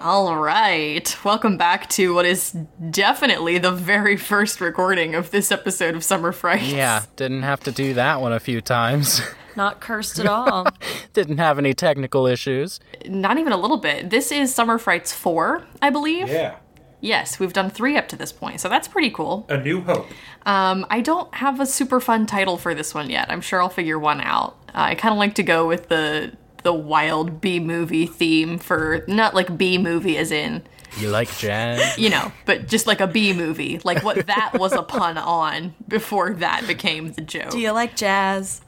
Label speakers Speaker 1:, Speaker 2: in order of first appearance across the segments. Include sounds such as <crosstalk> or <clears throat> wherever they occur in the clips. Speaker 1: All right. Welcome back to what is definitely the very first recording of this episode of Summer Fright.
Speaker 2: Yeah, didn't have to do that one a few times. <laughs>
Speaker 3: Not cursed at all.
Speaker 2: didn't have any technical issues.
Speaker 1: Not even a little bit. This is Summer Frights 4, I believe.
Speaker 4: Yeah.
Speaker 1: Yes, we've done three up to this point, so that's pretty cool.
Speaker 4: A New Hope.
Speaker 1: Um, I don't have a super fun title for this one yet. I'm sure I'll figure one out. Uh, I kind of like to go with the the wild B movie theme for not like B movie as in
Speaker 2: You like jazz?
Speaker 1: you know, but just like a B movie, like what that was a pun on before that became the joke.
Speaker 3: Do you like jazz?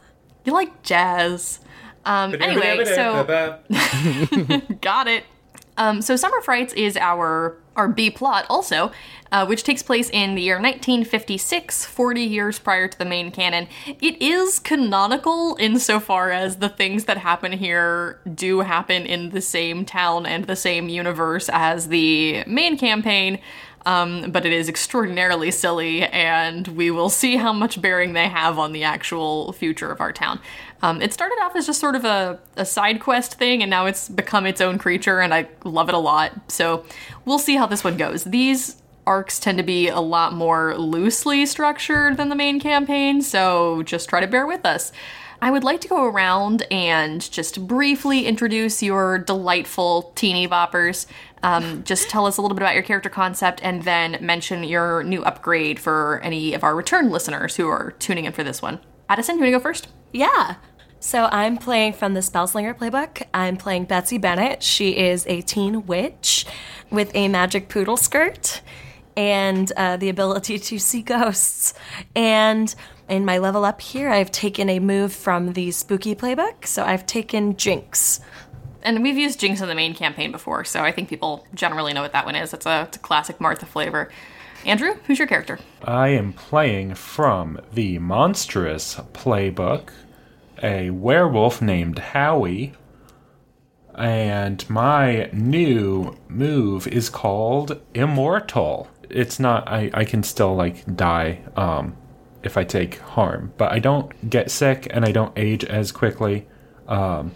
Speaker 1: You like jazz. Um, anyway, so got it. Um, so Summer Frights is our our B plot also, uh, which takes place in the year 1956, 40 years prior to the main canon. It is canonical insofar as the things that happen here do happen in the same town and the same universe as the main campaign. Um, but it is extraordinarily silly, and we will see how much bearing they have on the actual future of our town. Um, it started off as just sort of a, a side quest thing, and now it's become its own creature, and I love it a lot. So we'll see how this one goes. These arcs tend to be a lot more loosely structured than the main campaign, so just try to bear with us. I would like to go around and just briefly introduce your delightful teeny boppers. Um, just tell us a little bit about your character concept and then mention your new upgrade for any of our return listeners who are tuning in for this one. Addison, you want to go first?
Speaker 3: Yeah. So I'm playing from the Spellslinger playbook. I'm playing Betsy Bennett. She is a teen witch with a magic poodle skirt and uh, the ability <laughs> to see ghosts. And in my level up here, I've taken a move from the spooky playbook. So I've taken Jinx.
Speaker 1: and we've used Jinx in the main campaign before, so I think people generally know what that one is. It's a, it's a classic Martha flavor. Andrew, who's your character?
Speaker 4: I am playing from the Monstrous Playbook, a werewolf named Howie, and my new move is called Immortal. It's not, I, I can still like die um, if I take harm, but I don't get sick and I don't age as quickly, um,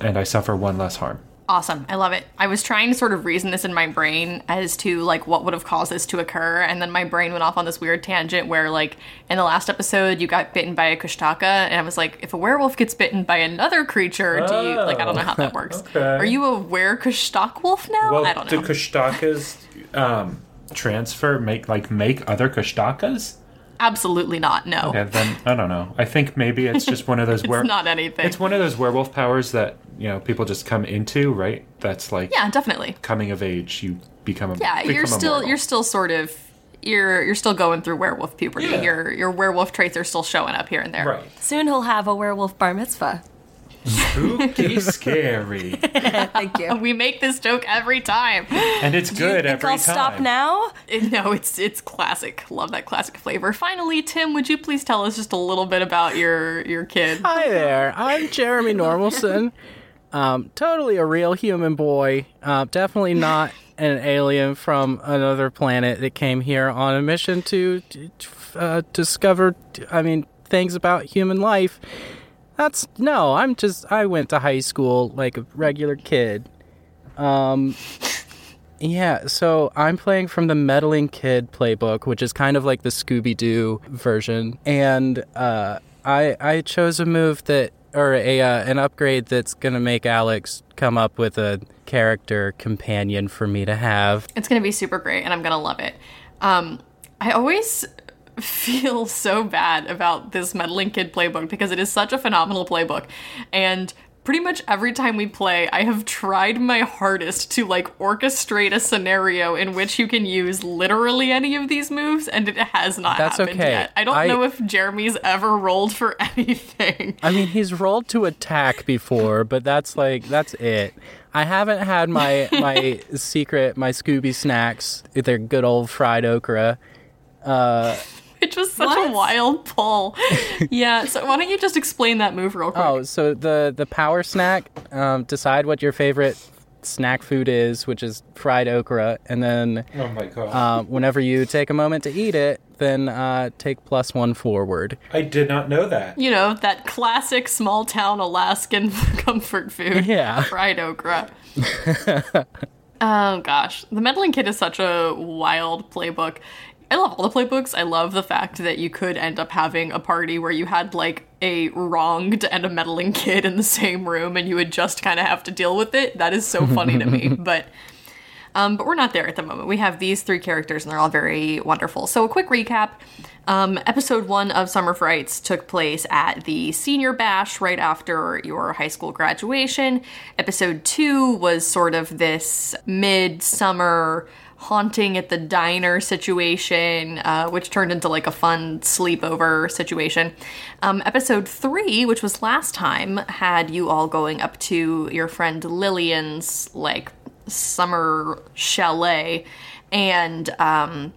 Speaker 4: and I suffer one less harm.
Speaker 1: Awesome. I love it. I was trying to sort of reason this in my brain as to like what would have caused this to occur, and then my brain went off on this weird tangent where like in the last episode you got bitten by a kushtaka, and I was like, if a werewolf gets bitten by another creature, do you like I don't know how
Speaker 4: <laughs>
Speaker 1: that works.
Speaker 4: okay.
Speaker 1: Are you a were kushtak wolf now?
Speaker 4: Well,
Speaker 1: I don't
Speaker 4: do
Speaker 1: know.
Speaker 4: Kushtakas um, transfer make like make other Kushtakas?
Speaker 1: Absolutely not. No.
Speaker 4: And then I don't know. I think maybe it's just one of those
Speaker 1: <laughs>
Speaker 4: where
Speaker 1: It's not anything.
Speaker 4: it's one of those werewolf powers that you know people just come into, right? That's like
Speaker 1: yeah, definitely.
Speaker 4: coming of age. You become a
Speaker 1: Yeah,
Speaker 4: become
Speaker 1: you're
Speaker 4: a
Speaker 1: still
Speaker 4: mortal.
Speaker 1: you're still sort of you're you're still going through werewolf puberty.
Speaker 4: Yeah.
Speaker 1: Your your werewolf traits are still showing up here and there.
Speaker 4: right.
Speaker 3: Soon he'll have a werewolf bar mitzvah.
Speaker 1: <laughs>
Speaker 4: Spooky, scary,
Speaker 3: Thank you.
Speaker 1: We make this joke every time. <laughs>
Speaker 4: and it's <laughs>
Speaker 3: You
Speaker 4: good
Speaker 3: think
Speaker 4: every
Speaker 3: I'll
Speaker 4: time.
Speaker 3: stop now?
Speaker 1: It- no, it's it's classic. Love that classic flavor. Finally, Tim, would you please tell us just a little bit about your your kid?
Speaker 2: Hi there, I'm Jeremy Normalson. Um, totally a real human boy. Uh, definitely not an alien from another planet that came here on a mission to uh, discover, I mean, things about human life. That's no, I'm just, I went to high school like a regular kid. Yeah, so I'm playing from the Meddling Kid playbook, which is kind of like the Scooby Doo version, and uh, I I chose a move that or a uh, an upgrade that's gonna make Alex come up with a character companion for me to have.
Speaker 1: It's gonna be super great, and I'm gonna love it. Um, I always <laughs> feel so bad about this meddling kid playbook because it is such a phenomenal playbook, and pretty much every time we play, I have tried my hardest to like orchestrate a scenario in which you can use literally any of these moves, and it has not
Speaker 2: That's
Speaker 1: happened
Speaker 2: okay.
Speaker 1: yet. I don't
Speaker 2: I-
Speaker 1: know if Jeremy's ever rolled for <laughs> anything.
Speaker 2: I mean, he's rolled to attack before, but that's like that's it. I haven't had my my secret my Scooby snacks. They're good old fried okra.
Speaker 1: Which was such
Speaker 3: What?
Speaker 1: a wild pull. <laughs> yeah, so why don't you just explain that move real quick?
Speaker 2: Oh, so the the power snack. Um, decide what your favorite snack food is, which is fried okra, and then
Speaker 4: Oh my god.
Speaker 2: um, whenever you take a moment to eat it, then uh, take plus one forward.
Speaker 4: I did not know that.
Speaker 1: You know, that classic small town Alaskan <laughs> comfort food.
Speaker 2: Yeah.
Speaker 1: Fried okra. oh gosh. The meddling kid is such a wild playbook. I love all the playbooks. I love the fact that you could end up having a party where you had like a wronged and a meddling kid in the same room and you would just kind of have to deal with it. That is so funny to me. But um, but we're not there at the moment. We have these three characters, and they're all very wonderful. So, a quick recap um, Episode one of Summer Frights took place at the senior bash right after your high school graduation. Episode two was sort of this midsummer haunting at the diner situation, uh, which turned into like a fun sleepover situation. Um, episode three, which was last time, had you all going up to your friend Lillian's like summer chalet and um,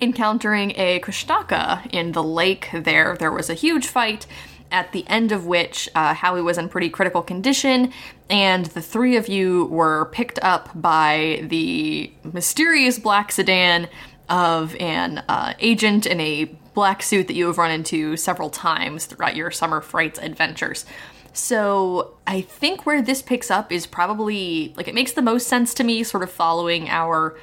Speaker 1: encountering a kushtaka in the lake there. There was a huge fight. At the end of which, uh, Howie was in pretty critical condition, and the three of you were picked up by the mysterious black sedan of an uh, agent in a black suit that you have run into several times throughout your summer frights adventures. So I think where this picks up is probably like it makes the most sense to me, sort of following our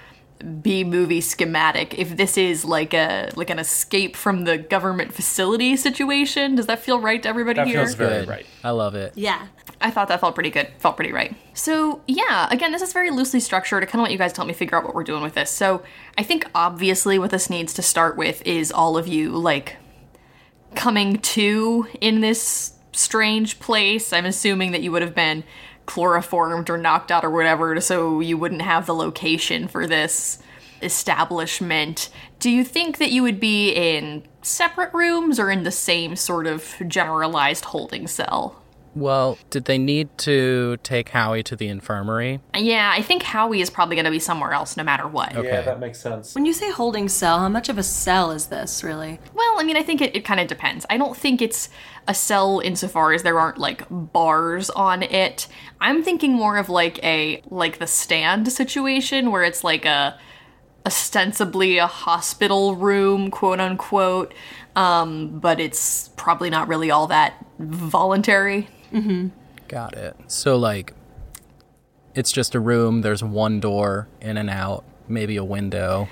Speaker 1: B movie schematic. If this is like a like an escape from the government facility situation, does that feel right to everybody
Speaker 4: That
Speaker 1: here?
Speaker 4: feels very
Speaker 2: Good.
Speaker 4: right.
Speaker 2: I love it.
Speaker 3: Yeah.
Speaker 1: I thought that felt pretty good. Felt pretty right. So, yeah, again, this is very loosely structured. I kind of want you guys to help me figure out what we're doing with this. So, I think obviously what this needs to start with is all of you, like, coming to in this strange place. I'm assuming that you would have been chloroformed or knocked out or whatever, so you wouldn't have the location for this establishment. Do you think that you would be in separate rooms or in the same sort of generalized holding cell?
Speaker 2: Well, did they need to take Howie to the infirmary?
Speaker 1: Yeah, I think Howie is probably going to be somewhere else no matter what.
Speaker 4: Yeah, that makes sense.
Speaker 3: When you say holding cell, how much of a cell is this really?
Speaker 1: Well, I mean, I think it, it kind of depends. I don't think it's a cell insofar as there aren't like bars on it. I'm thinking more of like a like the stand situation where it's like a ostensibly a hospital room, quote unquote, um, but it's probably not really all that voluntary.
Speaker 2: Got it. So like, it's just a room. There's one door in and out, maybe a window.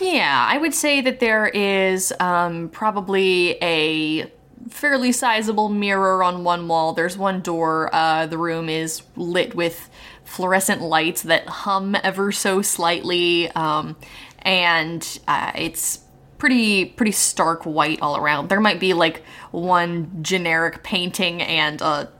Speaker 1: Yeah, I would say that there is um, probably a fairly sizable mirror on one wall. There's one door. Uh, the room is lit with fluorescent lights that hum ever so slightly, um, and uh, it's pretty pretty stark white all around. There might be like one generic painting and a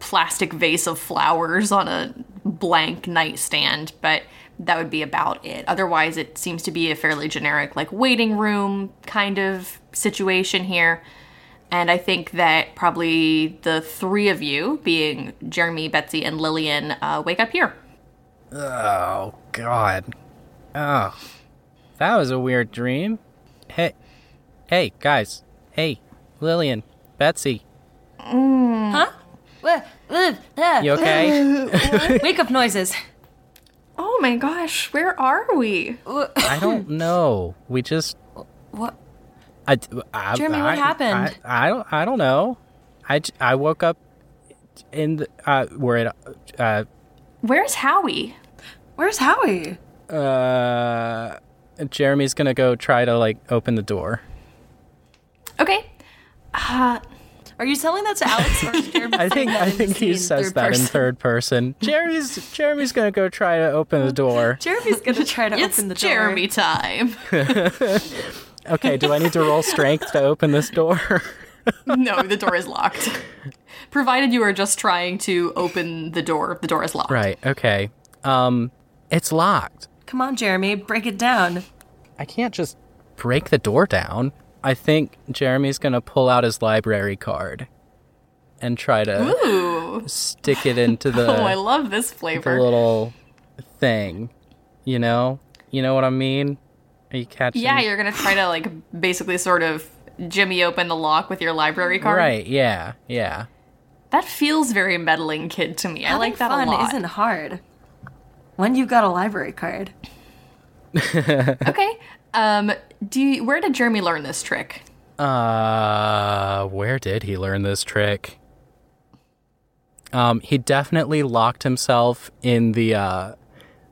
Speaker 1: plastic vase of flowers on a blank nightstand, but that would be about it. Otherwise, it seems to be a fairly generic, like, waiting room kind of situation here. And I think that probably the three of you, being Jeremy, Betsy, and Lillian, uh, wake up here.
Speaker 2: Oh God. Oh, that was a weird dream. Hey, hey guys. Hey, Lillian, Betsy.
Speaker 4: Hmm.
Speaker 3: Huh? Wha- uh, uh,
Speaker 2: You okay?
Speaker 3: Wake up noises.
Speaker 1: Oh my gosh, where are we?
Speaker 2: I don't know. We just
Speaker 3: What?
Speaker 2: I, I-
Speaker 3: Jeremy, what
Speaker 2: I-
Speaker 3: happened?
Speaker 2: I, I don't. I don't know. I, j- I woke up in the uh, we're at uh,
Speaker 1: Where's Howie?
Speaker 3: Where's Howie?
Speaker 2: uh Jeremy's gonna go try to like open the door.
Speaker 1: Okay.
Speaker 3: Are you telling that to Alex or <laughs> is Jeremy
Speaker 2: I think I think he says that <laughs> in third person. Jeremy's Jeremy's gonna go try to open the door.
Speaker 3: Jeremy's gonna try to
Speaker 1: It's
Speaker 3: open the door.
Speaker 1: Jeremy time. <laughs>
Speaker 2: Okay, do I need to roll strength to open this door?
Speaker 1: no, the door is locked. Provided you are just trying to open the door, the door is locked.
Speaker 2: <laughs> right. Okay. Um, it's locked.
Speaker 3: Come on, Jeremy, break it down.
Speaker 2: I can't just break the door down. I think Jeremy's gonna pull out his library card and try to
Speaker 1: Ooh.
Speaker 2: stick it
Speaker 1: <laughs>
Speaker 2: into the,
Speaker 1: Oh, I love this
Speaker 2: the
Speaker 1: flavor.
Speaker 2: little thing. You know, you know what I mean. Are you catching?
Speaker 1: Yeah, you're gonna try to like basically sort of jimmy open the lock with your library card.
Speaker 2: Right. Yeah. Yeah.
Speaker 1: That feels very meddling kid to me. I
Speaker 3: Having
Speaker 1: like that
Speaker 3: fun
Speaker 1: a lot.
Speaker 3: isn't hard. When you got a library card.
Speaker 1: <laughs> okay. Um, do you, where did Jeremy learn this trick?
Speaker 2: Uh, where did he learn this trick? Um, he definitely locked himself in the uh,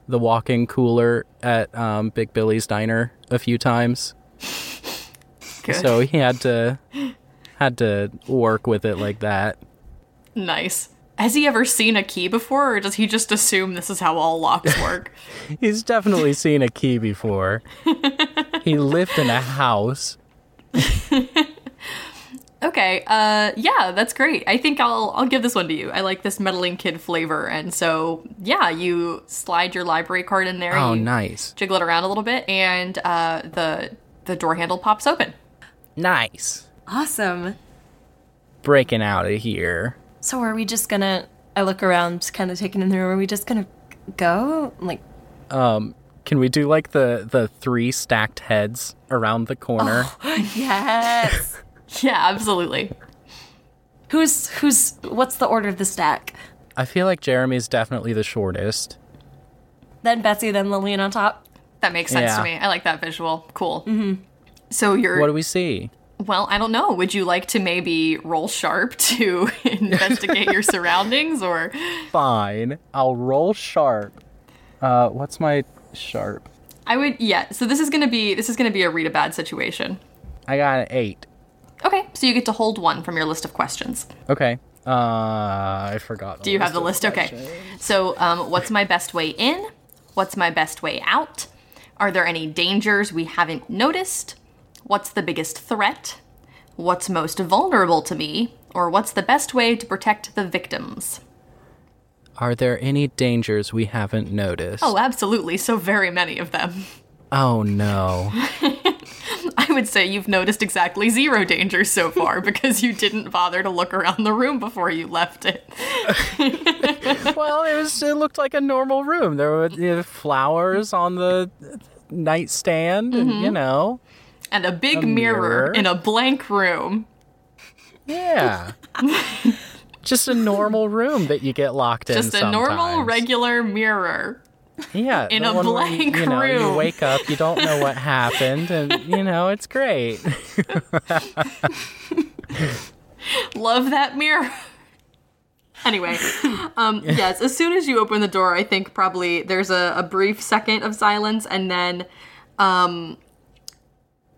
Speaker 2: the walk-in cooler at um, Big Billy's diner a few times.
Speaker 1: Good.
Speaker 2: So he had to had to work with it like that.
Speaker 1: nice. Has he ever seen a key before, or does he just assume this is how all locks work?
Speaker 2: He's definitely seen a key before. he lived in a house.
Speaker 1: Okay. Uh, yeah, that's great. I think I'll I'll give this one to you. I like this meddling kid flavor, and so yeah, you slide your library card in there.
Speaker 2: Oh,
Speaker 1: you
Speaker 2: nice,
Speaker 1: Jiggle it around a little bit, and uh, the the door handle pops open. <laughs>
Speaker 2: nice.
Speaker 3: Awesome.
Speaker 2: Breaking out of here.
Speaker 3: So are we just gonna? I look around, kind of taking in the room. Are we just gonna go? Like,
Speaker 2: Can we do like the the three stacked heads around the corner?
Speaker 3: <laughs> yes.
Speaker 1: Yeah, absolutely.
Speaker 3: who's who's? What's the order of the stack?
Speaker 2: I feel like Jeremy's definitely the shortest.
Speaker 3: Then Betsy, then Lillian on top.
Speaker 1: That makes sense
Speaker 2: Yeah.
Speaker 1: to me. I like that visual. Cool. Mm-hmm. So you're
Speaker 2: What do we see?
Speaker 1: well. I don't know. Would you like to maybe roll sharp <laughs> to investigate
Speaker 2: <laughs>
Speaker 1: your surroundings, or
Speaker 2: Fine. I'll roll sharp. Uh, what's my sharp?
Speaker 1: I would? Yeah. So this is gonna be this is gonna be a read a bad situation.
Speaker 2: I got an eight.
Speaker 1: Okay. So you get to hold one from your list of questions.
Speaker 2: Okay. Uh, I forgot.
Speaker 1: Do you have the list? Okay. So, um, what's my best way in? What's my best way out? Are there any dangers we haven't noticed? What's the biggest threat? What's most vulnerable to me? Or what's the best way to protect the victims?
Speaker 2: Are there any dangers we haven't noticed?
Speaker 1: Oh, absolutely. So very many of them. <laughs>
Speaker 2: oh no.
Speaker 1: I would say you've noticed exactly zero dangers so far because you didn't bother to look around the room before you left it.
Speaker 2: well, it was. It looked like a normal room. There were you know, flowers on the nightstand, and
Speaker 1: Mm-hmm.
Speaker 2: you know,
Speaker 1: And a big
Speaker 2: mirror.
Speaker 1: mirror in a blank room. <laughs>
Speaker 2: yeah. Just a normal room that you get locked in.
Speaker 1: Just a normal,
Speaker 2: sometimes.
Speaker 1: regular mirror.
Speaker 2: yeah,
Speaker 1: in
Speaker 2: the
Speaker 1: a
Speaker 2: one where you-
Speaker 1: blank
Speaker 2: you, know, You
Speaker 1: room.
Speaker 2: wake up, you don't know what happened, and you know it's great.
Speaker 1: love that mirror. anyway,
Speaker 2: <laughs>
Speaker 1: um, yes, as soon as you open the door, I think probably there's a, a brief second of silence and then um,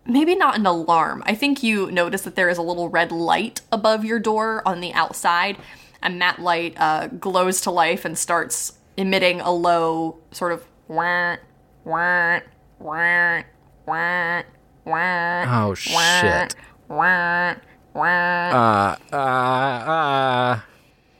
Speaker 1: maybe not an alarm. I think you notice that there is a little red light above your door on the outside, and that light uh, glows to life and starts emitting a low sort of wah, wah, wah, wah, wah,
Speaker 2: Oh shit.
Speaker 1: wah, wah.
Speaker 2: <laughs> Uh, uh, uh,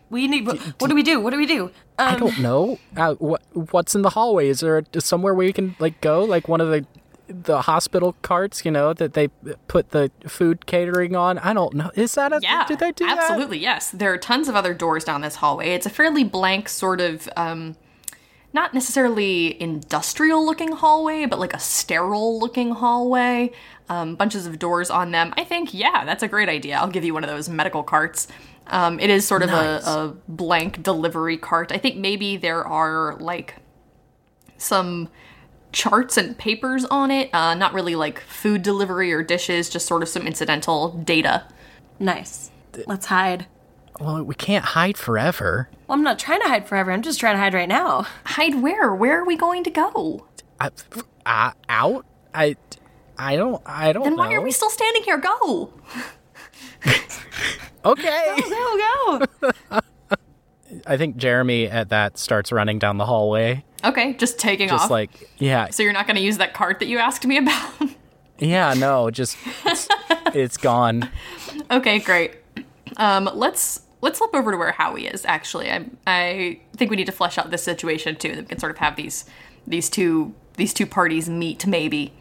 Speaker 3: We need. What do we do? What do we do?
Speaker 2: I don't
Speaker 1: Um.
Speaker 2: know. Uh, what what's in the hallway? Is there somewhere where you can like go, like one of the the hospital carts, you know, that they put the food catering on? I don't know. Is that a
Speaker 1: Yeah.
Speaker 2: did they do that?
Speaker 1: Absolutely, yes. There are tons of other doors down this hallway. It's a fairly blank sort of um not necessarily industrial looking hallway, but like a sterile looking hallway. Um, bunches of doors on them. I think, yeah, that's a great idea. I'll give you one of those medical carts. Um, it is sort of a, a blank delivery cart. I think maybe there are like some charts and papers on it. Uh, not really like food delivery or dishes, just sort of some incidental data
Speaker 3: Nice. Let's hide.
Speaker 2: Well, we can't hide forever.
Speaker 3: Well, I'm not trying to hide forever. I'm just trying to hide right now.
Speaker 1: Hide where? Where are we going to go?
Speaker 2: I, I, out. I I don't I don't
Speaker 1: Then
Speaker 2: know.
Speaker 1: why are we still standing here? Go! <laughs>
Speaker 2: okay.
Speaker 3: Go go.
Speaker 2: I think Jeremy at that starts running down the hallway,
Speaker 1: Okay, just taking
Speaker 2: just
Speaker 1: off.
Speaker 2: like yeah,
Speaker 1: so you're not going to use that cart that you asked me about? <laughs>
Speaker 2: yeah, no, just it's, it's gone.
Speaker 1: okay, great. Um, let's let's flip over to where Howie is. Actually, I I think we need to flesh out this situation too. Then we can sort of have these these two these two parties meet maybe.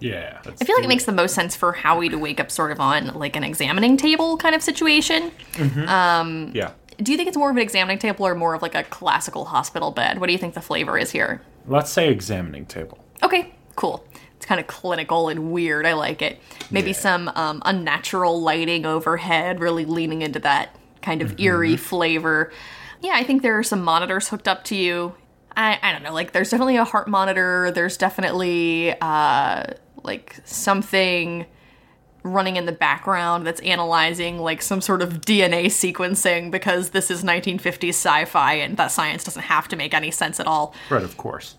Speaker 4: Yeah. Let's
Speaker 1: I feel like it makes the most sense for Howie to wake up sort of on like an examining table kind of situation.
Speaker 4: yeah.
Speaker 1: Do you think it's more of an examining table or more of like a classical hospital bed? What do you think the flavor is here?
Speaker 4: Let's say examining table.
Speaker 1: Okay, cool. It's It's kind of clinical and weird. I like it. Maybe
Speaker 4: Yeah.
Speaker 1: some um, unnatural lighting overhead, really leaning into that kind of eerie flavor. Yeah, I think there are some monitors hooked up to you. I, I don't know. Like, there's definitely a heart monitor. There's definitely uh, like something running in the background that's analyzing like some sort of DNA sequencing because this is 1950s sci-fi and that science doesn't have to make any sense at all.
Speaker 4: Right, of course.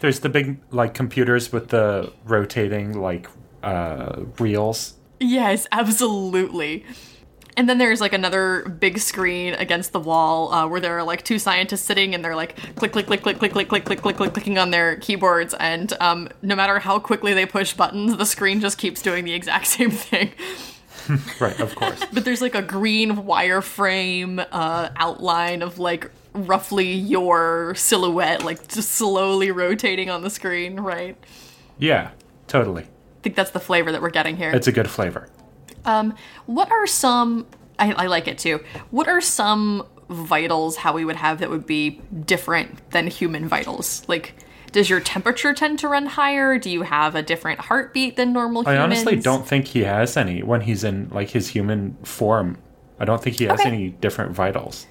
Speaker 4: There's the big like computers with the rotating like uh reels.
Speaker 1: Yes, absolutely. And then there's like another big screen against the wall uh, where there are like two scientists sitting and they're like click click click click click click click click click click clicking on their keyboards and um, no matter how quickly they push buttons, the screen just keeps doing the exact <laughs> same thing.
Speaker 4: Right,
Speaker 1: <laughs>
Speaker 4: of course.
Speaker 1: But there's like a green wireframe uh, outline of like roughly your silhouette, like just slowly rotating on the screen, right?
Speaker 4: yeah, totally.
Speaker 1: I think that's the flavor that we're getting here.
Speaker 4: It's a good flavor.
Speaker 1: Um, what are some? I, I like it too. What are some vitals how we would have that would be different than human vitals? Like, does your temperature tend to run higher? Do you have a different heartbeat than normal
Speaker 4: I
Speaker 1: humans?
Speaker 4: honestly don't think he has any when he's in like his human form. I don't think he has
Speaker 1: Okay.
Speaker 4: any different vitals.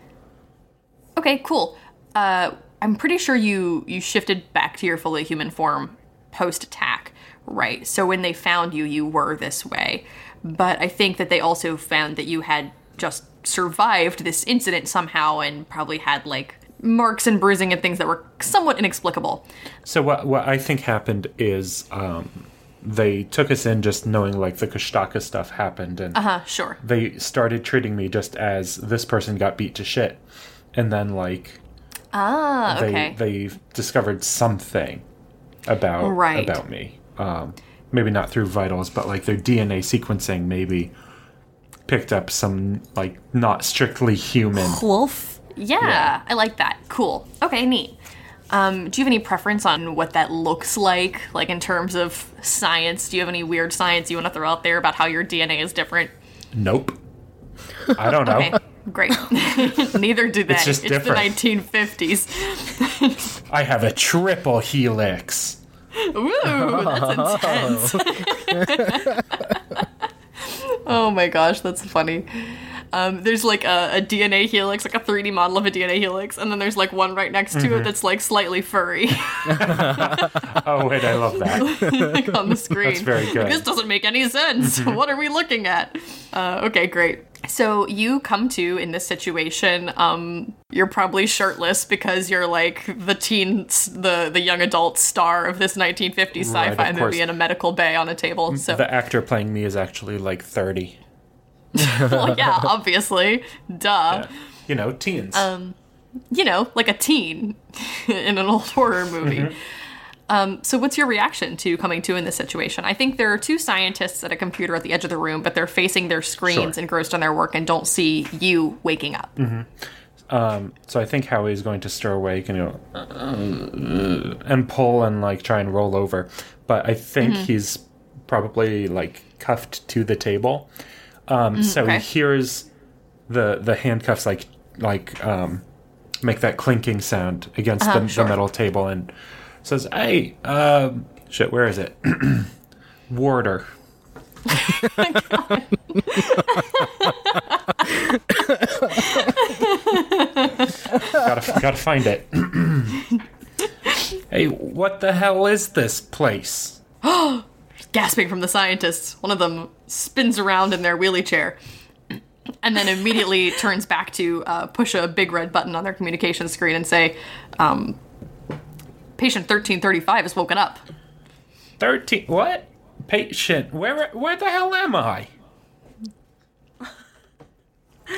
Speaker 1: Okay, cool. Uh, I'm pretty sure you you shifted back to your fully human form post attack, right? So when they found you, you were this way. But I think that they also found that you had just survived this incident somehow and probably had like marks and bruising and things that were somewhat inexplicable.
Speaker 4: So what what I think happened is um, they took us in just knowing like the Kostaka stuff happened and
Speaker 1: Uh, sure.
Speaker 4: they started treating me just as this person got beat to shit. And then like
Speaker 1: Ah,
Speaker 4: they
Speaker 1: okay.
Speaker 4: they discovered something about
Speaker 1: Right.
Speaker 4: about me. Um, maybe not through vitals, but like their DNA sequencing maybe picked up some like not strictly human.
Speaker 3: <laughs>
Speaker 1: <gasps>
Speaker 3: Wolf.
Speaker 1: yeah, I like that. Cool. Okay, neat. Um, do you have any preference on what that looks like, like in terms of science? Do you have any weird science you want to throw out there about how your DNA is different?
Speaker 4: <laughs> Nope. I don't know.
Speaker 1: <laughs> Okay, great. Neither do they.
Speaker 4: just
Speaker 1: the
Speaker 4: different.
Speaker 1: 1950s.
Speaker 4: I have a triple helix.
Speaker 1: <laughs> Ooh, that's intense.
Speaker 4: <laughs>
Speaker 1: <laughs> oh my gosh, that's funny. Um, there's like a, a DNA helix, like a 3D model of a DNA helix, and then there's like one right next to
Speaker 4: Mm-hmm.
Speaker 1: it that's like slightly furry
Speaker 4: Oh wait, I
Speaker 1: <laughs>
Speaker 4: love that.
Speaker 1: like, on the screen.
Speaker 4: That's very
Speaker 1: Like,
Speaker 4: good.
Speaker 1: this doesn't make any
Speaker 4: <laughs>
Speaker 1: sense. what are we looking at? Uh, okay, great. So you come to in this situation, um, you're probably shirtless because you're like the teen, the the young adult star of this 1950s
Speaker 4: Right,
Speaker 1: sci-fi
Speaker 4: of
Speaker 1: movie
Speaker 4: course.
Speaker 1: in a medical bay on a
Speaker 4: <laughs>
Speaker 1: table. So
Speaker 4: The actor playing me is actually like 30.
Speaker 1: well, yeah, obviously, duh.
Speaker 4: You know, teens.
Speaker 1: Oh, You know, like a teen <laughs> in an old horror movie. Um, so, what's your reaction to coming to in this situation? I think there are two scientists at a computer at the edge of the room, but they're facing their screens,
Speaker 4: Sure.
Speaker 1: engrossed on their work, and don't see you waking up.
Speaker 4: So I think Howie is going to stir awake and go "Uh, uh," and pull and like try and roll over, but I think he's probably like cuffed to the table. Um, so
Speaker 1: okay.
Speaker 4: he hears the the handcuffs like like um, make that clinking sound against the,
Speaker 1: sure.
Speaker 4: the metal table and says, "Hey, um, shit, where is it? <clears throat> Warder." gotta, gotta find it. <clears throat> hey, what the hell is this place?
Speaker 1: Gasping from the scientists, one of them spins around in their wheelie chair and then immediately turns back to uh, push a big red button on their communication screen and say, um, Patient 1335 has woken up.
Speaker 4: Thirteen? What? Patient? Where? Where the hell am I?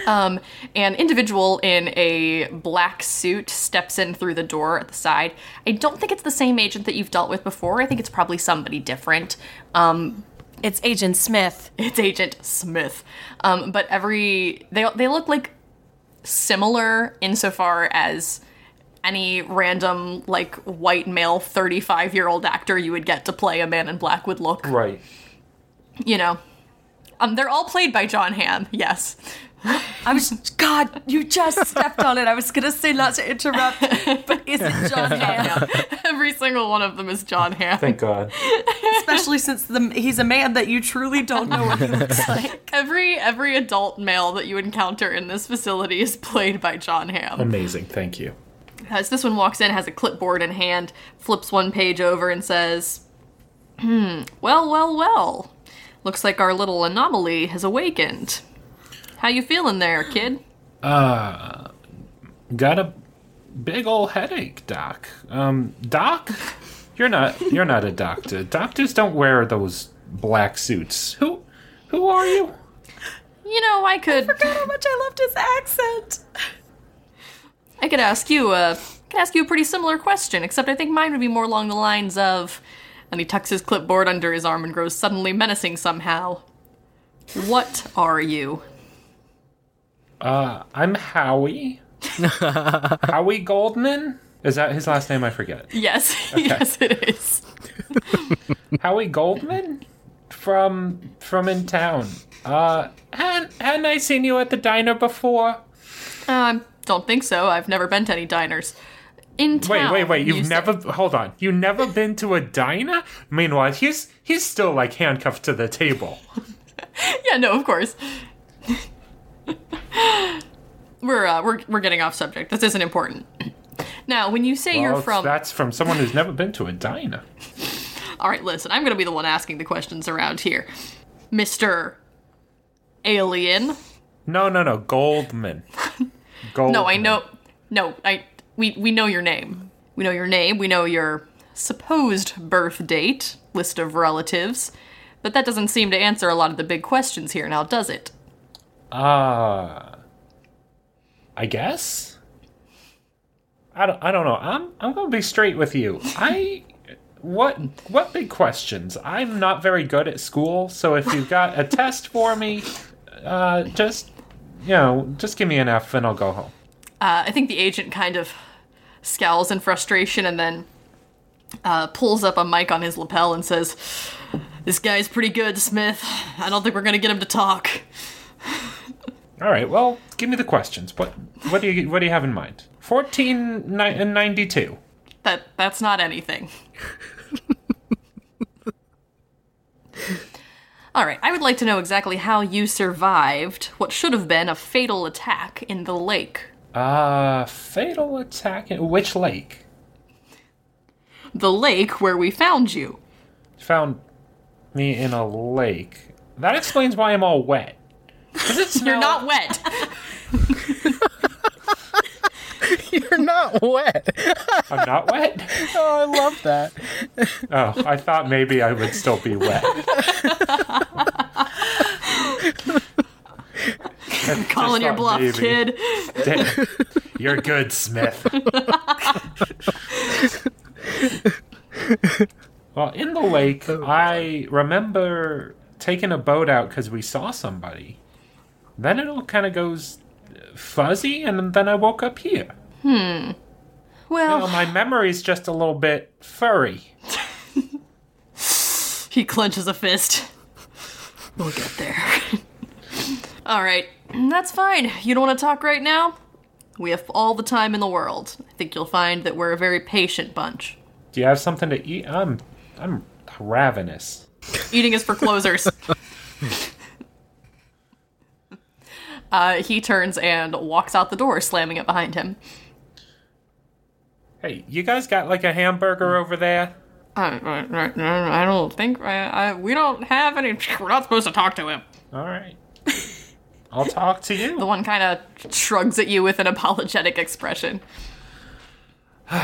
Speaker 1: Um, an individual in a black suit steps in through the door at the side. I don't think it's the same agent that you've dealt with before. I think it's probably somebody different. Um,
Speaker 3: It's Agent Smith.
Speaker 1: it's Agent Smith. Um, but every they they look like similar insofar as any random like white male 35 year old actor you would get to play a man in black would look
Speaker 4: Right.
Speaker 1: you know um, they're all played by john hamm yes <laughs>
Speaker 3: I was, God, you just stepped on it. I was going to say not to interrupt, but is it John Ham?
Speaker 1: Every single one of them is John Ham.
Speaker 5: Thank God.
Speaker 3: Especially since the, he's a man that you truly don't know what he looks like.
Speaker 1: Every every adult male that you encounter in this facility is played by John Ham.
Speaker 5: Amazing. Thank you.
Speaker 1: As this one walks in, has a clipboard in hand, flips one page over, and says, "Hmm, well, well, well. Looks like our little anomaly has awakened. How you feeling there, kid?
Speaker 4: Uh, got a big old headache, Doc. Um, Doc, you're not you're not a doctor. Doctors don't wear those black suits. Who who are you?
Speaker 1: You know, I could
Speaker 3: Forgot how much I loved his accent.
Speaker 1: I could ask you a could ask you a pretty similar question, except I think mine would be more along the lines of and he tucks his clipboard under his arm and grows suddenly menacing somehow. What are you?
Speaker 4: Uh, I'm Howie. Howie Goldman? Is that his last name? I forget.
Speaker 1: Yes, <laughs> yes it is.
Speaker 4: Howie Goldman from from in town. Uh, had hadn't I seen you at the diner before?
Speaker 1: I Um, don't think so. I've never been to any diners. In
Speaker 4: Wait,
Speaker 1: town.
Speaker 4: wait, wait! You've
Speaker 1: you said.
Speaker 4: never hold on. You've never been to a diner. Meanwhile, he's he's still like handcuffed to the table.
Speaker 1: <laughs> Yeah, no, of course. <laughs> we're uh, we're we're getting off subject. This isn't important. <clears throat> Now, when you say you're
Speaker 4: Well,
Speaker 1: from,
Speaker 4: That's from someone who's never been to a diner.
Speaker 1: all right, listen, I'm gonna be the one asking the questions around here, Mister Alien.
Speaker 4: No, no, no. Goldman.
Speaker 1: <laughs>
Speaker 4: Goldman.
Speaker 1: No, I know. No, I we we know your name. We know your name. We know your supposed birth date, list of relatives, but that doesn't seem to answer a lot of the big questions here now, does it?
Speaker 4: Uh, I guess. I don't. I don't know. I'm. I'm gonna be straight with you. I. What. What big questions? I'm not very good at school, so if you've got a test for me, uh, just you know, just give me an F and I'll go home.
Speaker 1: Uh, I think the agent kind of scowls in frustration and then uh, pulls up a mic on his lapel and says, "This guy's pretty good, Smith. I don't think we're gonna get him to talk."
Speaker 4: All right. Well, give me the questions. What. What do you. What do you have in mind? Fourteen ni- and ninety-two.
Speaker 1: That that's not anything. All right, I would like to know exactly how you survived what should have been a fatal attack in the lake.
Speaker 4: Uh, fatal attack. In, which lake?
Speaker 1: The lake where we found you.
Speaker 4: found me in a lake. That explains why I'm all wet. Does it smell?
Speaker 1: <laughs> You're not wet.
Speaker 2: You're not wet.
Speaker 1: <laughs>
Speaker 4: I'm not wet.
Speaker 2: Oh, I love that.
Speaker 4: Oh, I thought maybe I would still be wet.
Speaker 1: <laughs> Calling your
Speaker 4: not
Speaker 1: bluff,
Speaker 4: maybe.
Speaker 1: kid.
Speaker 4: Damn. You're good, Smith. well, in the lake, I remember taking a boat out because we saw somebody. Then it all kind of goes fuzzy, and then I woke up here.
Speaker 1: Well,
Speaker 4: Well, my memory's just a little bit furry.
Speaker 1: He clenches a fist. We'll get there. <laughs> all right, that's fine. You don't want to talk right now? We have all the time in the world. I think you'll find that we're a very patient bunch.
Speaker 4: Do you have something to eat? I'm I'm ravenous.
Speaker 1: Eating is for closers. uh, he turns and walks out the door, slamming it behind him.
Speaker 4: Hey, you guys got like a hamburger over there?
Speaker 1: I, I, I don't think I, I, we don't have any. We're not supposed to talk to him.
Speaker 4: All right. I'll talk to
Speaker 1: The
Speaker 4: you.
Speaker 1: one kind of shrugs at you with an apologetic <sighs> expression. All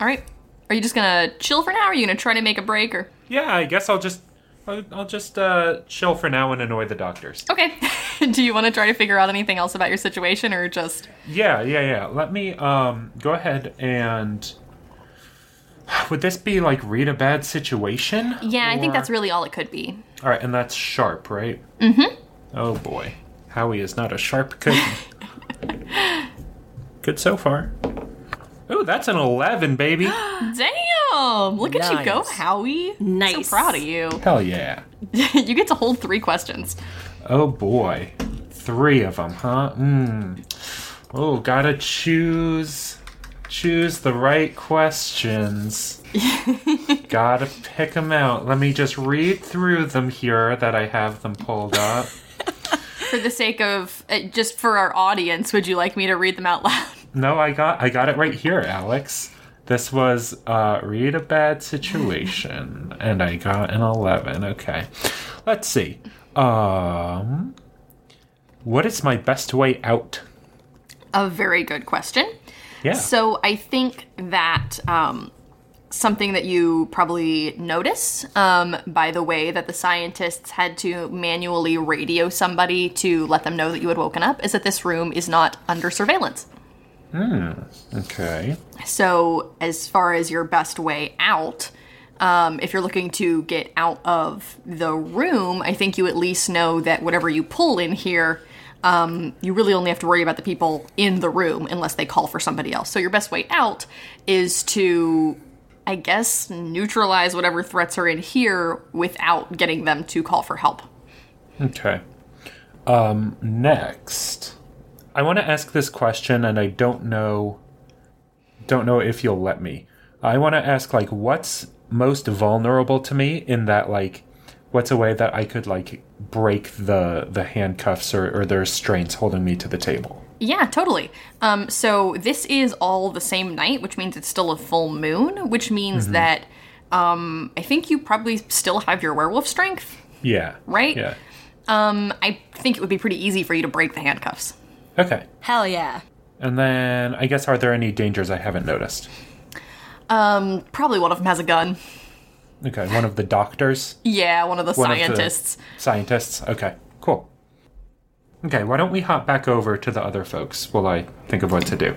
Speaker 1: right. Are you just gonna chill for now? Or are you gonna try to make a break? Or
Speaker 4: Yeah, I guess I'll just I'll, I'll just uh, chill for now and annoy the doctors.
Speaker 1: okay? <laughs> Do you want to try to figure out anything else about your situation, or just
Speaker 4: Yeah, yeah, yeah. Let me um go ahead and would this be like read a bad situation?
Speaker 1: yeah? I think
Speaker 4: Or-
Speaker 1: that's really all it could be.
Speaker 4: All right, and that's sharp, right? Mm-hmm. Oh boy, Howie is not a sharp
Speaker 1: <laughs>
Speaker 4: cookie. Good so far. Oh, that's an
Speaker 1: <gasps>
Speaker 4: eleven, baby.
Speaker 1: Damn! Look at you go,
Speaker 2: Nice.
Speaker 1: Howie.
Speaker 3: Nice.
Speaker 1: So proud of <laughs> you.
Speaker 4: Hell yeah.
Speaker 1: you get to hold three questions.
Speaker 4: Oh boy, three of them, huh? Mm. Oh, gotta choose. Choose the right questions. gotta pick them out. Let me just read through them here that I have them pulled up.
Speaker 1: For the sake of uh, just for our audience, would you like me to read them out loud?
Speaker 4: No, I got I got it right here, Alex. This was uh, read a bad situation, and I got an eleven. Okay, let's see. Um, what is my best way out?
Speaker 1: <laughs> A very good question.
Speaker 4: Yeah.
Speaker 1: So I think that um, something that you probably notice um, by the way that the scientists had to manually radio somebody to let them know that you had woken up is that this room is not under surveillance.
Speaker 4: Hmm. Okay.
Speaker 1: So, as far as your best way out, um, if you're looking to get out of the room, I think you at least know that whatever you pull in here, um, you really only have to worry about the people in the room unless they call for somebody else. So, your best way out is to, I guess, neutralize whatever threats are in here without getting them to call for help.
Speaker 4: Okay. Um, next. I want to ask this question, and I don't know, don't know if you'll let me. I want to ask like, what's most vulnerable to me in that like, what's a way that I could like break the the handcuffs or or their strains holding me to the table?
Speaker 1: Yeah, totally. Um, so this is all the same night, which means it's still a full moon, which means
Speaker 4: Mm-hmm.
Speaker 1: that um, I think you probably still have your werewolf strength,
Speaker 4: Yeah.
Speaker 1: right?
Speaker 4: Yeah.
Speaker 1: Um, I think it would be pretty easy for you to break the handcuffs.
Speaker 4: Okay.
Speaker 3: Hell yeah.
Speaker 4: And then I guess are there any dangers I haven't noticed?
Speaker 1: Um, probably one of them has a gun.
Speaker 4: Okay, one of the doctors,
Speaker 1: Yeah, one of the
Speaker 4: one
Speaker 1: scientists.
Speaker 4: of the scientists. Okay, cool. Okay, why don't we hop back over to the other folks while I think of what to do?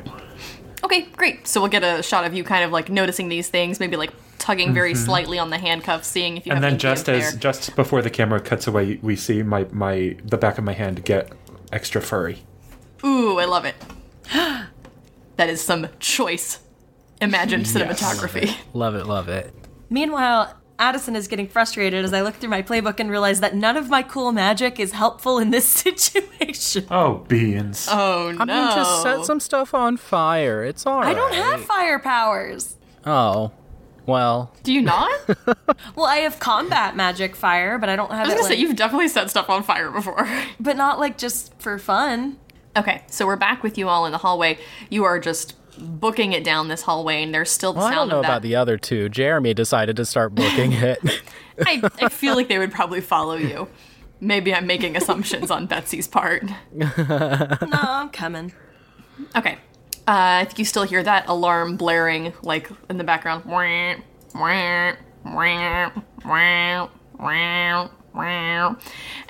Speaker 1: Okay, great. So we'll get a shot of you kind of like noticing these things, maybe like tugging very slightly on the handcuffs, seeing if you
Speaker 4: Mm-hmm. and
Speaker 1: have
Speaker 4: then
Speaker 1: any
Speaker 4: just as
Speaker 1: there.
Speaker 4: just before the camera cuts away, we see my my the back of my hand get extra furry.
Speaker 1: Ooh, I love it. <gasps> that is some choice imagined cinematography.
Speaker 2: Love it, love it.
Speaker 3: Meanwhile, Addison is getting frustrated as I look through my playbook and realize that none of my cool magic is helpful in this <laughs> situation.
Speaker 4: Oh, beans!
Speaker 1: <laughs> Oh no.
Speaker 2: I mean, just set some stuff on fire. It's all right.
Speaker 3: I don't have fire powers.
Speaker 2: Oh, well.
Speaker 1: Do you not? I was
Speaker 3: Well, I have combat magic fire, but I don't have
Speaker 1: gonna
Speaker 3: it.
Speaker 1: say
Speaker 3: Like,
Speaker 1: you've definitely set stuff on fire before. <laughs>
Speaker 3: but not like just for fun.
Speaker 1: okay, so we're back with you all in the hallway. You are just booking it down this hallway, and there's still the
Speaker 2: Well, I
Speaker 1: sound
Speaker 2: don't know
Speaker 1: of that.
Speaker 2: about the other two. Jeremy decided to
Speaker 1: <laughs>
Speaker 2: start booking it.
Speaker 1: I, I feel like they would probably follow you. Maybe I'm making assumptions on Betsy's part.
Speaker 3: No, I'm coming.
Speaker 1: Okay. Uh, I think you still hear that alarm blaring, like in the background. Wah, wah, wah, wah, wah, wah.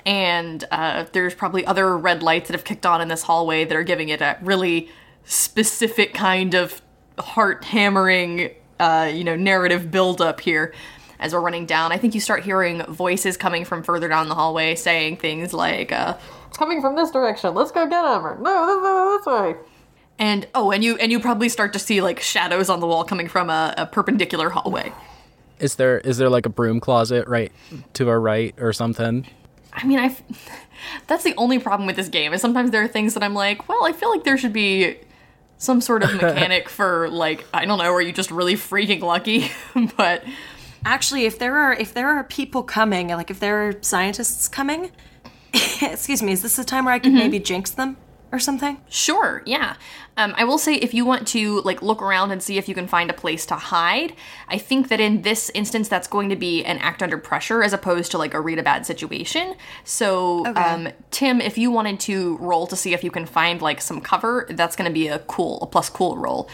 Speaker 1: And uh, there's probably other red lights that have kicked on in this hallway that are giving it a really specific kind of heart hammering, uh, you know, narrative buildup here. As we're running down, I think you start hearing voices coming from further down the hallway saying things like, uh, "It's coming from this direction. Let's go get him!" Or "No, this, this way." And oh, and you and you probably start to see like shadows on the wall coming from a, a perpendicular hallway.
Speaker 2: is there is there like a broom closet right to our right or something?
Speaker 1: I mean, I <laughs> that's the only problem with this game is sometimes there are things that I'm like, well, I feel like there should be some sort of mechanic for like I don't know, are you just really freaking lucky? <laughs> but
Speaker 3: Actually, if there are if there are people coming, like if there are scientists coming, <laughs> excuse me, is this the time where I could maybe jinx them or something?
Speaker 1: Sure, yeah. Um, I will say if you want to like look around and see if you can find a place to hide, I think that in this instance that's going to be an act under pressure as opposed to like a read a bad situation. So, um, Tim, if you wanted to roll to see if you can find like some cover, that's going to be a cool a plus cool roll.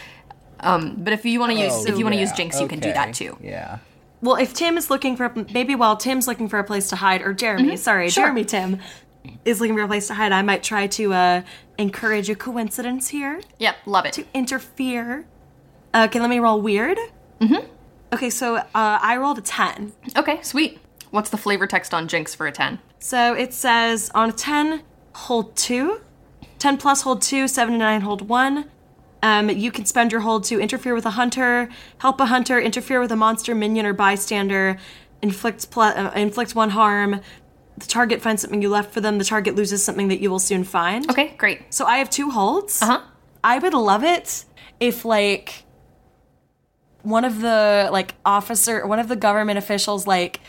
Speaker 1: Um, but if you want to use if you want to
Speaker 2: Oh,
Speaker 1: use Jinx, you can do that too.
Speaker 2: Yeah.
Speaker 3: Well, if Tim is looking for maybe while Tim's looking for a place to hide, or Jeremy, sorry,
Speaker 1: Sure.
Speaker 3: Jeremy Tim is looking for a place to hide, I might try to uh, encourage a coincidence here,
Speaker 1: Yep, love it.
Speaker 3: interfere. Uh, Okay, let me roll weird. Mm-hmm. Okay, so uh, I rolled a ten.
Speaker 1: Okay, sweet. What's the flavor text on Jinx for a 10?
Speaker 3: So it says on a 10, hold two. 10 plus hold two, 7 to 9 hold one. Um, you can spend your hold to interfere with a hunter, help a hunter, interfere with a monster, minion, or bystander, inflict, pl- uh, inflict one harm, the target finds something you left for them, the target loses something that you will soon find.
Speaker 1: Okay, great.
Speaker 3: So I have two holds.
Speaker 1: Uh huh.
Speaker 3: I would love it if like one of the like officer, one of the government officials like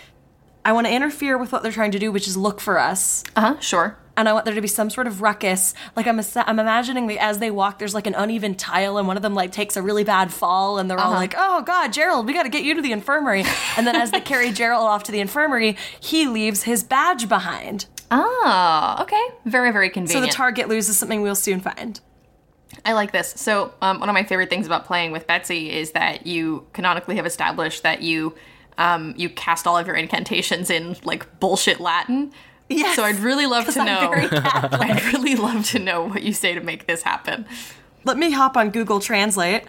Speaker 3: I want to interfere with what they're trying to do, which is look for us.
Speaker 1: Uh huh. Sure.
Speaker 3: And I want there to be some sort of ruckus. Like I'm, assa- I'm imagining that as they walk, there's like an uneven tile, and one of them like takes a really bad fall, and they're all
Speaker 1: Uh-huh.
Speaker 3: like, "Oh God, Gerald, we got to get you to the infirmary." And then as they carry Gerald off to the infirmary, he leaves his badge behind,
Speaker 1: Ah, okay. Very, very
Speaker 3: so
Speaker 1: convenient.
Speaker 3: the target loses something we'll soon find.
Speaker 1: I like this. So, um, one of my favorite things about playing with Betsy is that you canonically have established that you um, you cast all of your incantations in like bullshit Latin.
Speaker 3: Yes,
Speaker 1: So I'd really love to
Speaker 3: I'm
Speaker 1: know.
Speaker 3: very
Speaker 1: <laughs>
Speaker 3: Catholic.
Speaker 1: I'd really love to know what you say to make this happen.
Speaker 3: Let me hop on Google Translate.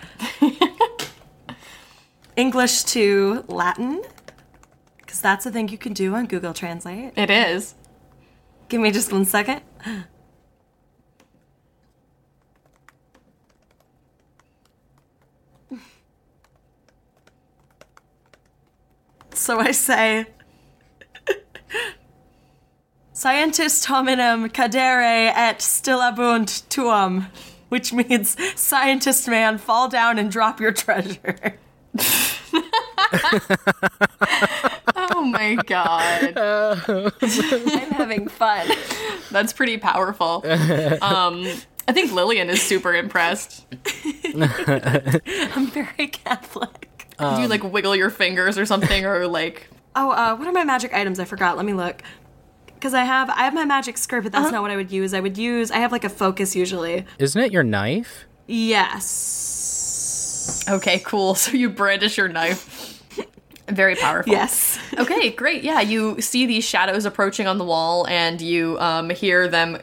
Speaker 3: English to Latin, because that's a thing you can do on Google Translate.
Speaker 1: It is.
Speaker 3: Give me just one second. So I say, Scientist hominem cadere et stillabunt tuum, which means, Scientist man, fall down and drop your treasure.
Speaker 1: Oh my god,
Speaker 3: I'm having fun.
Speaker 1: that's pretty powerful. Um, I think Lillian is super impressed.
Speaker 3: <laughs> I'm very Catholic.
Speaker 1: Do you like wiggle your fingers or something, or like
Speaker 3: Oh, uh, what are my magic items? I forgot. Let me look. Because I have I have my magic skirt, but that's
Speaker 1: Uh-huh.
Speaker 3: not what I would use. I would use I have like a focus usually.
Speaker 2: Isn't it your knife?
Speaker 3: Yes.
Speaker 1: okay, cool? <laughs> So you brandish your knife. Very powerful.
Speaker 3: Yes. <laughs>
Speaker 1: <laughs> Okay, great. Yeah, you see these shadows approaching on the wall, and you um, hear them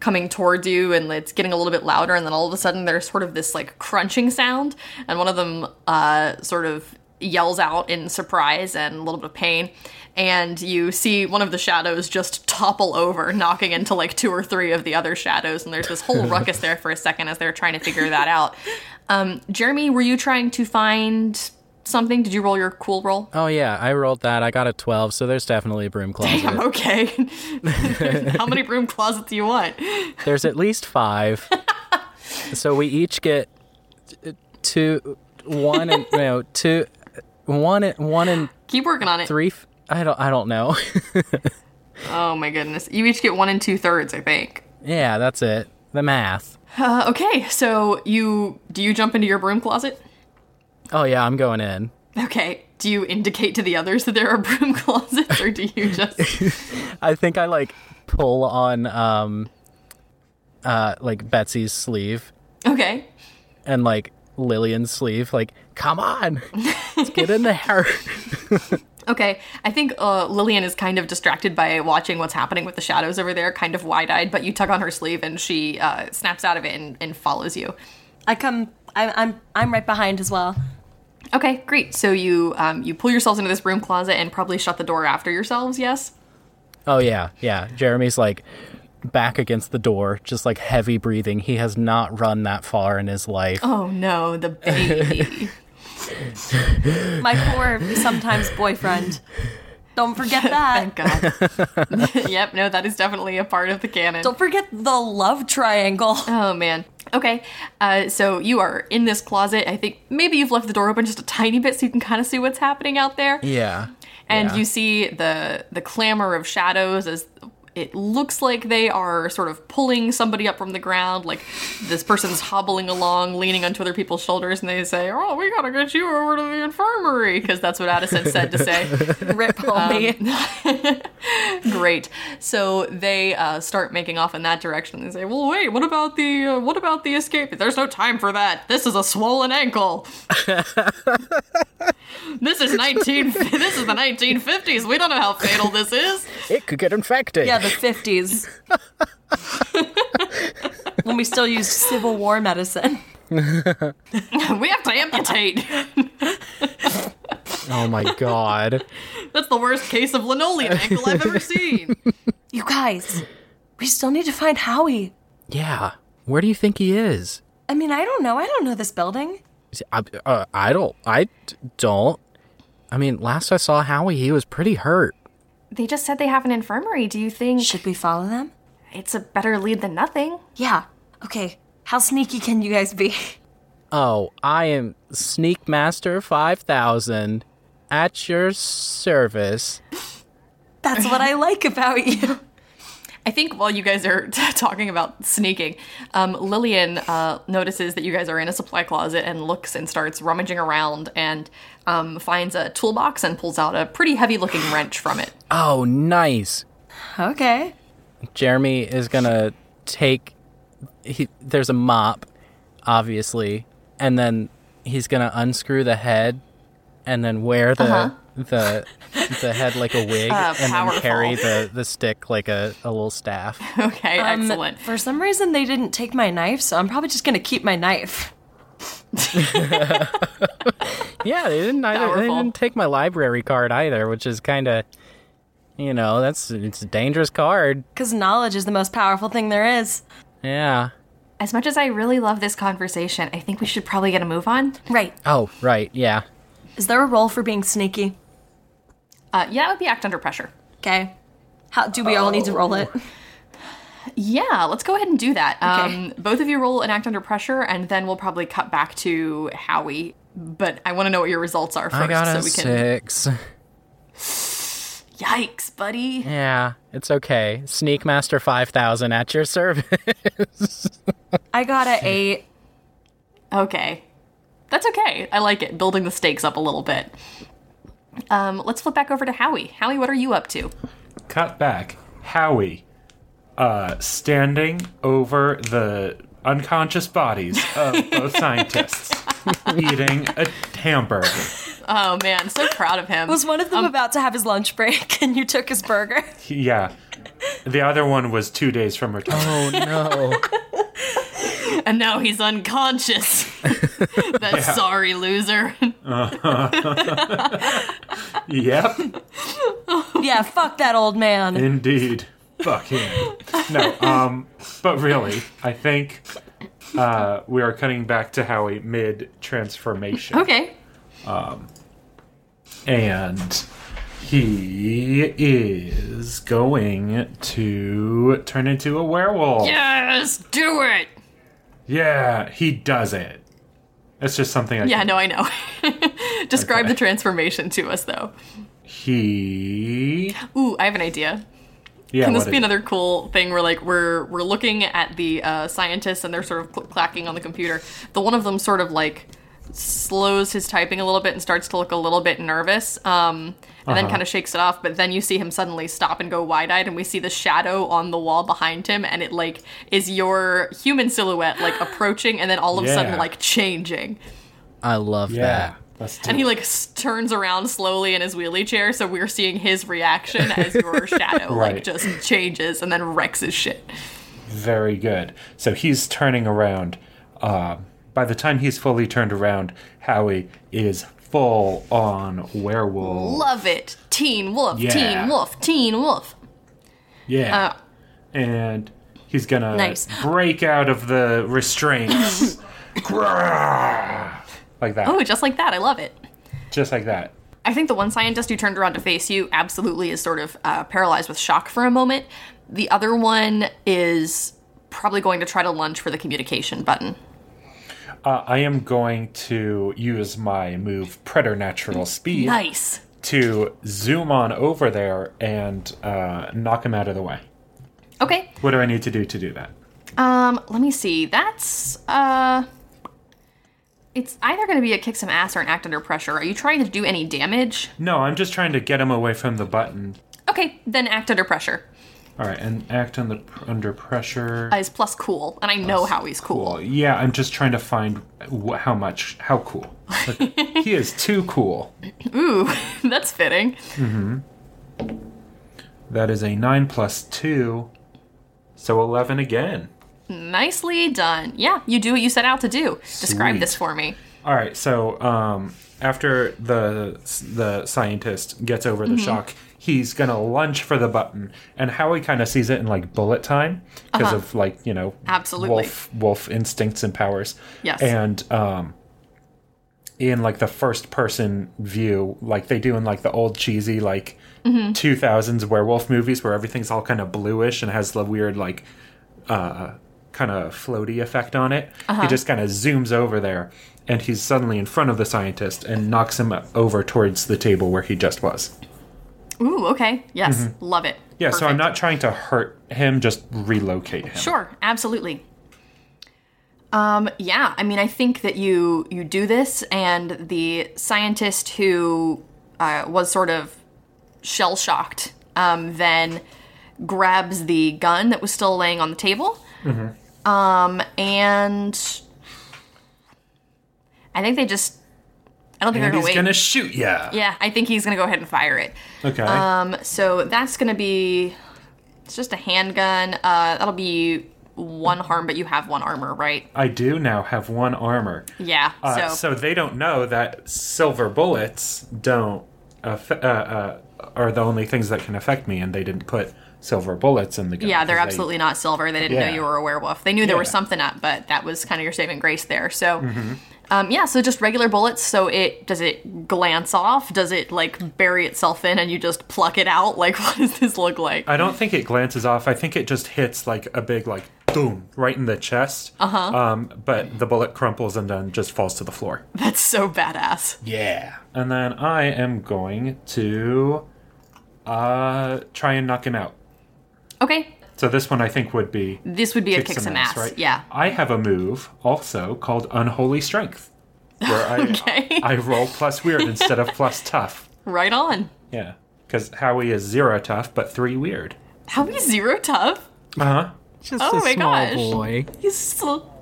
Speaker 1: coming toward you, and it's getting a little bit louder. And then all of a sudden, there's sort of this like crunching sound, and one of them uh, sort of yells out in surprise and a little bit of pain. And you see one of the shadows just topple over, knocking into like two or three of the other shadows. And there's this whole ruckus there for a second as they're trying to figure that out. Um, Jeremy, were you trying to find something? Did you roll your cool roll?
Speaker 2: Oh yeah, I rolled that. I got a twelve, so there's definitely a
Speaker 1: <laughs>
Speaker 2: broom closet.
Speaker 1: Damn, okay. How many broom closets do you want?
Speaker 2: There's at least five. so we each get t- two, one and no two, one and one and
Speaker 1: Keep working on it.
Speaker 2: three. f- I don't. I don't know. <laughs>
Speaker 1: Oh my goodness. You each get one and two thirds, I think.
Speaker 2: yeah, that's it. The math.
Speaker 1: Uh, okay, so you do you jump into your broom closet?
Speaker 2: Oh yeah, I'm going in.
Speaker 1: Okay. Do you indicate to the others that there are <laughs> broom closets, or do you just
Speaker 2: I think I like pull on um, uh, like Betsy's sleeve
Speaker 1: okay?
Speaker 2: and like Lillian's sleeve. Like, come on, let's get in there.
Speaker 1: Okay, I think uh, Lillian is kind of distracted by watching what's happening with the shadows over there, kind of wide-eyed. But you tug on her sleeve, and she uh, snaps out of it and, and follows you.
Speaker 3: I come I, I'm I'm right behind as well.
Speaker 1: Okay, great. So you um, you pull yourselves into this broom closet and probably shut the door after yourselves. Yes.
Speaker 2: Oh yeah, yeah. Jeremy's like back against the door, just like heavy breathing. He has not run that far in his life.
Speaker 1: Oh no, the baby.
Speaker 3: My poor sometimes boyfriend.
Speaker 1: <laughs>
Speaker 3: Don't forget that.
Speaker 1: Thank God. yep, no, that is definitely a part of the canon.
Speaker 3: Don't forget the love triangle.
Speaker 1: Oh man. Okay, uh, so you are in this closet. I think maybe you've left the door open just a tiny bit so you can kind of see what's happening out there.
Speaker 2: Yeah.
Speaker 1: and
Speaker 2: Yeah.
Speaker 1: you see the the clamor of shadows as it looks like they are sort of pulling somebody up from the ground like this person's hobbling along leaning onto other people's shoulders and they say oh we gotta get you over to the infirmary because that's what addison said to say
Speaker 3: Rip
Speaker 1: Um.
Speaker 3: homie.
Speaker 1: great so they uh, start making off in that direction and they say well wait what about the uh, what about the escape there's no time for that this is a swollen ankle this is 19 <laughs> this is the 1950s we don't know how fatal this is
Speaker 2: It could get infected.
Speaker 3: yeah, the
Speaker 1: <laughs>
Speaker 3: fifties. when we still used Civil War medicine.
Speaker 1: we have to amputate. <laughs>
Speaker 2: oh
Speaker 3: <laughs>
Speaker 2: my god.
Speaker 1: That's the worst case of linoleum ankle I've ever seen.
Speaker 3: You guys, we still need to find Howie.
Speaker 2: Yeah. Where do you think he is?
Speaker 3: I mean, I don't know. I don't know this building.
Speaker 2: Is- I, uh, I don't. I d- don't. I mean, last I saw Howie, he was pretty hurt.
Speaker 1: They just said they have an infirmary. Do you think
Speaker 3: Should we follow them?
Speaker 1: it's a better lead than nothing?
Speaker 3: Yeah. Okay. How sneaky can you guys be? <laughs>
Speaker 2: Oh, I am Sneak Master 5000 at your service.
Speaker 3: That's what I like about <laughs> you.
Speaker 1: I think while you guys are <laughs> t- talking about sneaking, um, Lillian uh, notices that you guys are in a supply closet and looks and starts rummaging around and um, finds a toolbox and pulls out a pretty heavy looking wrench from it.
Speaker 2: Oh, nice.
Speaker 3: Okay.
Speaker 2: Jeremy is gonna take. He, there's a mop, obviously, and then he's gonna unscrew the head, and then wear the the the head like a wig,
Speaker 1: Uh-huh. Uh,
Speaker 2: and
Speaker 1: powerful.
Speaker 2: then carry the the stick like a, a little staff.
Speaker 1: Okay,
Speaker 3: Um,
Speaker 1: excellent.
Speaker 3: For some reason, they didn't take my knife, so I'm probably just gonna keep my knife.
Speaker 2: Yeah, they didn't either. They
Speaker 1: Powerful.
Speaker 2: didn't take my library card either, which is kind of, you know, that's it's a dangerous card.
Speaker 3: Because knowledge is the most powerful thing there is.
Speaker 2: Yeah.
Speaker 1: As much as I really love this conversation, I think we should probably get a move on.
Speaker 3: Right.
Speaker 2: Oh, right. Yeah.
Speaker 3: Is there a role for being sneaky?
Speaker 1: Uh, yeah, that would be act under pressure.
Speaker 3: Okay. How do we all need to roll it?
Speaker 1: Yeah, let's go ahead and do that. Um,
Speaker 3: Okay.
Speaker 1: both of you roll and act under pressure, and then we'll probably cut back to Howie. But I want to know what your results are first,
Speaker 2: I got
Speaker 1: so
Speaker 2: a
Speaker 1: we can. <laughs>
Speaker 2: six.
Speaker 1: Yikes, buddy!
Speaker 2: Yeah, it's okay. Sneak Master five thousand at your service.
Speaker 3: I got a eight.
Speaker 1: Okay, that's okay. I like it. Building the stakes up a little bit. Um, let's flip back over to Howie. Howie, what are you up to?
Speaker 4: Cut back. Howie, uh, standing over the unconscious bodies
Speaker 1: <laughs>
Speaker 4: of both scientists, eating a hamburger.
Speaker 1: Oh man, so proud of <laughs> him.
Speaker 3: Was one of them about to have his lunch break <laughs> and you took his <laughs> burger?
Speaker 4: Yeah. The other one was two days from retirement.
Speaker 2: oh no.
Speaker 1: and now he's <laughs> unconscious. that sorry loser. Oh.
Speaker 4: Yep.
Speaker 3: yeah, fuck that old man.
Speaker 4: Indeed. Fuck him. No, um, but really, I think uh, we are cutting back to Howie mid transformation.
Speaker 1: okay.
Speaker 4: And he is going to turn into a werewolf.
Speaker 1: Yes, do it.
Speaker 4: Yeah, he does it. That's just something I
Speaker 1: Yeah,
Speaker 4: can-
Speaker 1: no, I know. <laughs> Describe
Speaker 4: Okay.
Speaker 1: the transformation to us, though.
Speaker 4: He.
Speaker 1: Ooh, I have an idea.
Speaker 4: Yeah,
Speaker 1: Can this
Speaker 4: what
Speaker 1: be
Speaker 4: is-
Speaker 1: another cool thing where, like, we're we're looking at the uh, scientists and they're sort of cl- clacking on the computer. The one of them sort of like slows his typing a little bit and starts to look a little bit nervous, um, and
Speaker 4: Uh-huh.
Speaker 1: then kind of shakes it off. But then you see him suddenly stop and go wide-eyed, and we see the shadow on the wall behind him, and it like is your human silhouette
Speaker 4: <gasps>
Speaker 1: like approaching, and then all of a sudden
Speaker 4: Yeah.
Speaker 1: like changing.
Speaker 2: I love
Speaker 4: Yeah.
Speaker 2: that.
Speaker 4: Let's do
Speaker 1: And he
Speaker 4: it.
Speaker 1: like s- turns around slowly in his wheelie chair, so we're seeing his reaction as your shadow like
Speaker 4: <laughs> Right.
Speaker 1: just changes and then wrecks his shit.
Speaker 4: Very good. So he's turning around. Uh, by the time he's fully turned around, Howie is full on werewolf.
Speaker 1: Love it, Teen Wolf,
Speaker 4: Yeah.
Speaker 1: Teen Wolf, Teen Wolf. Uh,
Speaker 4: Yeah. and he's gonna
Speaker 3: Nice.
Speaker 4: break out of the
Speaker 1: <laughs>
Speaker 4: restraints. Grrrr! like that.
Speaker 1: Oh, just like that, I love it.
Speaker 4: Just like that.
Speaker 1: I think the one scientist who turned around to face you absolutely is sort of uh, paralyzed with shock for a moment. The other one is probably going to try to lunge for the communication button.
Speaker 4: Uh, I am going to use my move preternatural speed
Speaker 1: Nice.
Speaker 4: to zoom on over there and uh, knock him out of the way.
Speaker 1: Okay.
Speaker 4: What do I need to do to do that?
Speaker 1: Um, let me see. That's uh it's either going to be a kick some ass or an act under pressure. Are you trying to do any damage?
Speaker 4: No, I'm just trying to get him away from the button.
Speaker 1: Okay, then act under pressure.
Speaker 4: All right, and act on the, under pressure.
Speaker 1: Uh, Is plus cool, and I know how he's cool.
Speaker 4: Well, yeah, I'm just trying to find wh- how much, how cool. Like, he is too cool.
Speaker 1: Ooh, <laughs> that's fitting.
Speaker 4: That is a 9 plus 2, so 11 again.
Speaker 1: Nicely done. Yeah, you do what you set out to do. Describe
Speaker 4: Sweet.
Speaker 1: this for me.
Speaker 4: All right, so um, after the the scientist gets over the shock, he's gonna lunge for the button, and Howie kind of sees it in like bullet time because of like you know
Speaker 1: Absolutely.
Speaker 4: wolf wolf instincts and powers.
Speaker 1: Yes.
Speaker 4: and um, in like the first person view, like they do in like the old cheesy like
Speaker 1: Mm-hmm.
Speaker 4: 2000s werewolf movies where everything's all kind of bluish and has the weird like uh, kind of floaty effect on it.
Speaker 1: Uh-huh.
Speaker 4: He just kind of zooms over there and he's suddenly in front of the scientist and knocks him over towards the table where he just was.
Speaker 1: Ooh, okay. Yes, love it.
Speaker 4: Mm-hmm. Yeah, so I'm
Speaker 1: Perfect.
Speaker 4: not trying to hurt him, just relocate him.
Speaker 1: Sure, absolutely. Um, yeah, I mean, I think that you you do this, and the scientist who uh, was sort of shell shocked um, then grabs the gun that was still laying on the table,
Speaker 4: Mm-hmm.
Speaker 1: um, and I think they just. I don't think
Speaker 4: And
Speaker 1: they're
Speaker 4: he's
Speaker 1: gonna wait.
Speaker 4: gonna shoot ya.
Speaker 1: Yeah, I think he's gonna go ahead and fire it.
Speaker 4: Okay.
Speaker 1: Um, so that's gonna be it's just a handgun. Uh, that'll be one harm, but you have one armor, right?
Speaker 4: I do now have one armor.
Speaker 1: Yeah.
Speaker 4: Uh,
Speaker 1: so,
Speaker 4: so they don't know that silver bullets don't aff- uh, uh, are the only things that can affect me, and they didn't put silver bullets in the gun.
Speaker 1: yeah, they're
Speaker 4: 'cause they-
Speaker 1: absolutely not silver. They didn't
Speaker 4: Yeah.
Speaker 1: know you were a werewolf. They knew there was
Speaker 4: Yeah. Mm-hmm.
Speaker 1: something up, but that was kind of your saving grace there. So. Um, yeah, so just regular bullets. So it does it glance off? Does it like bury itself in, and you just pluck it out? Like, <laughs> what does this look like?
Speaker 4: I don't think it glances off. I think it just hits like a big like boom right in the chest.
Speaker 1: Uh-huh.
Speaker 4: Uh huh. Um, but the bullet crumples and then just falls to the floor.
Speaker 1: That's so badass.
Speaker 4: Yeah. And then I am going to uh try and knock him out.
Speaker 1: Okay,
Speaker 4: So this one I think would be
Speaker 1: this would be a kick some ass. Yeah. <laughs>
Speaker 4: I have a move also called Unholy Strength, where I
Speaker 1: <laughs> Okay.
Speaker 4: I roll plus weird instead of plus tough.
Speaker 1: Right on.
Speaker 4: Yeah, because Howie is zero tough but three weird.
Speaker 1: How we zero tough?
Speaker 4: Uh huh.
Speaker 2: Just
Speaker 1: Oh
Speaker 2: a
Speaker 1: my
Speaker 2: small
Speaker 1: gosh.
Speaker 2: boy.
Speaker 1: He's still.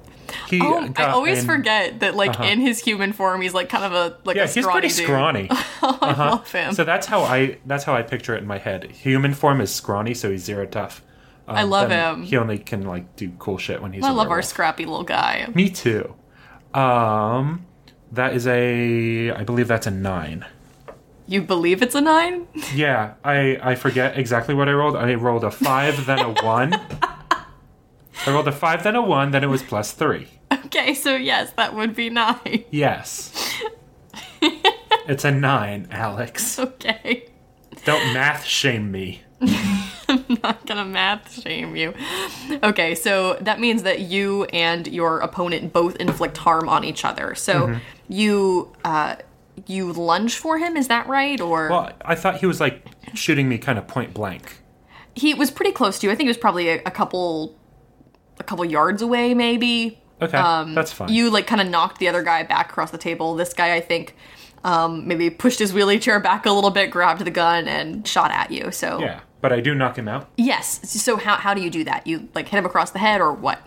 Speaker 4: He
Speaker 1: Oh, I
Speaker 4: got
Speaker 1: always
Speaker 4: an-
Speaker 1: forget that, like in his human form, he's like kind of a like
Speaker 4: Uh-huh. Yeah,
Speaker 1: a
Speaker 4: he's
Speaker 1: scrawny
Speaker 4: pretty
Speaker 1: dude. Oh,
Speaker 4: scrawny.
Speaker 1: <laughs> I love him.
Speaker 4: so that's how I that's how I picture it in my head. Human form is scrawny, so he's zero tough. Um,
Speaker 1: I love
Speaker 4: then
Speaker 1: him.
Speaker 4: He only can like do cool shit when he's.
Speaker 1: I
Speaker 4: a
Speaker 1: love our
Speaker 4: werewolf.
Speaker 1: scrappy little guy.
Speaker 4: Me too. Um, that is a I believe that's a nine.
Speaker 1: You believe it's a nine? <laughs>
Speaker 4: Yeah, I I forget exactly what I rolled. I rolled a five, then a one. I rolled a five, then a one, then it was plus three.
Speaker 1: okay, so yes, that would be nine. <laughs>
Speaker 4: Yes. it's a nine, Alex.
Speaker 1: Okay, <laughs>
Speaker 4: Don't math shame me.
Speaker 1: not gonna math shame you. Okay, so that means that you and your opponent both inflict harm on each other. So
Speaker 4: Mm-hmm.
Speaker 1: you uh, you lunge for him. Is that right? Or
Speaker 4: Well, I thought he was like shooting me kind of point blank.
Speaker 1: he was pretty close to you. I think it was probably a, a couple, a couple yards away, maybe.
Speaker 4: Okay, that's fine.
Speaker 1: You like kind of knocked the other guy back across the table. This guy, I think, um, maybe pushed his wheelie chair back a little bit, grabbed the gun, and shot at you. So
Speaker 4: yeah, but I do knock him out.
Speaker 1: yes. So how how do you do that? You like hit him across the head or what?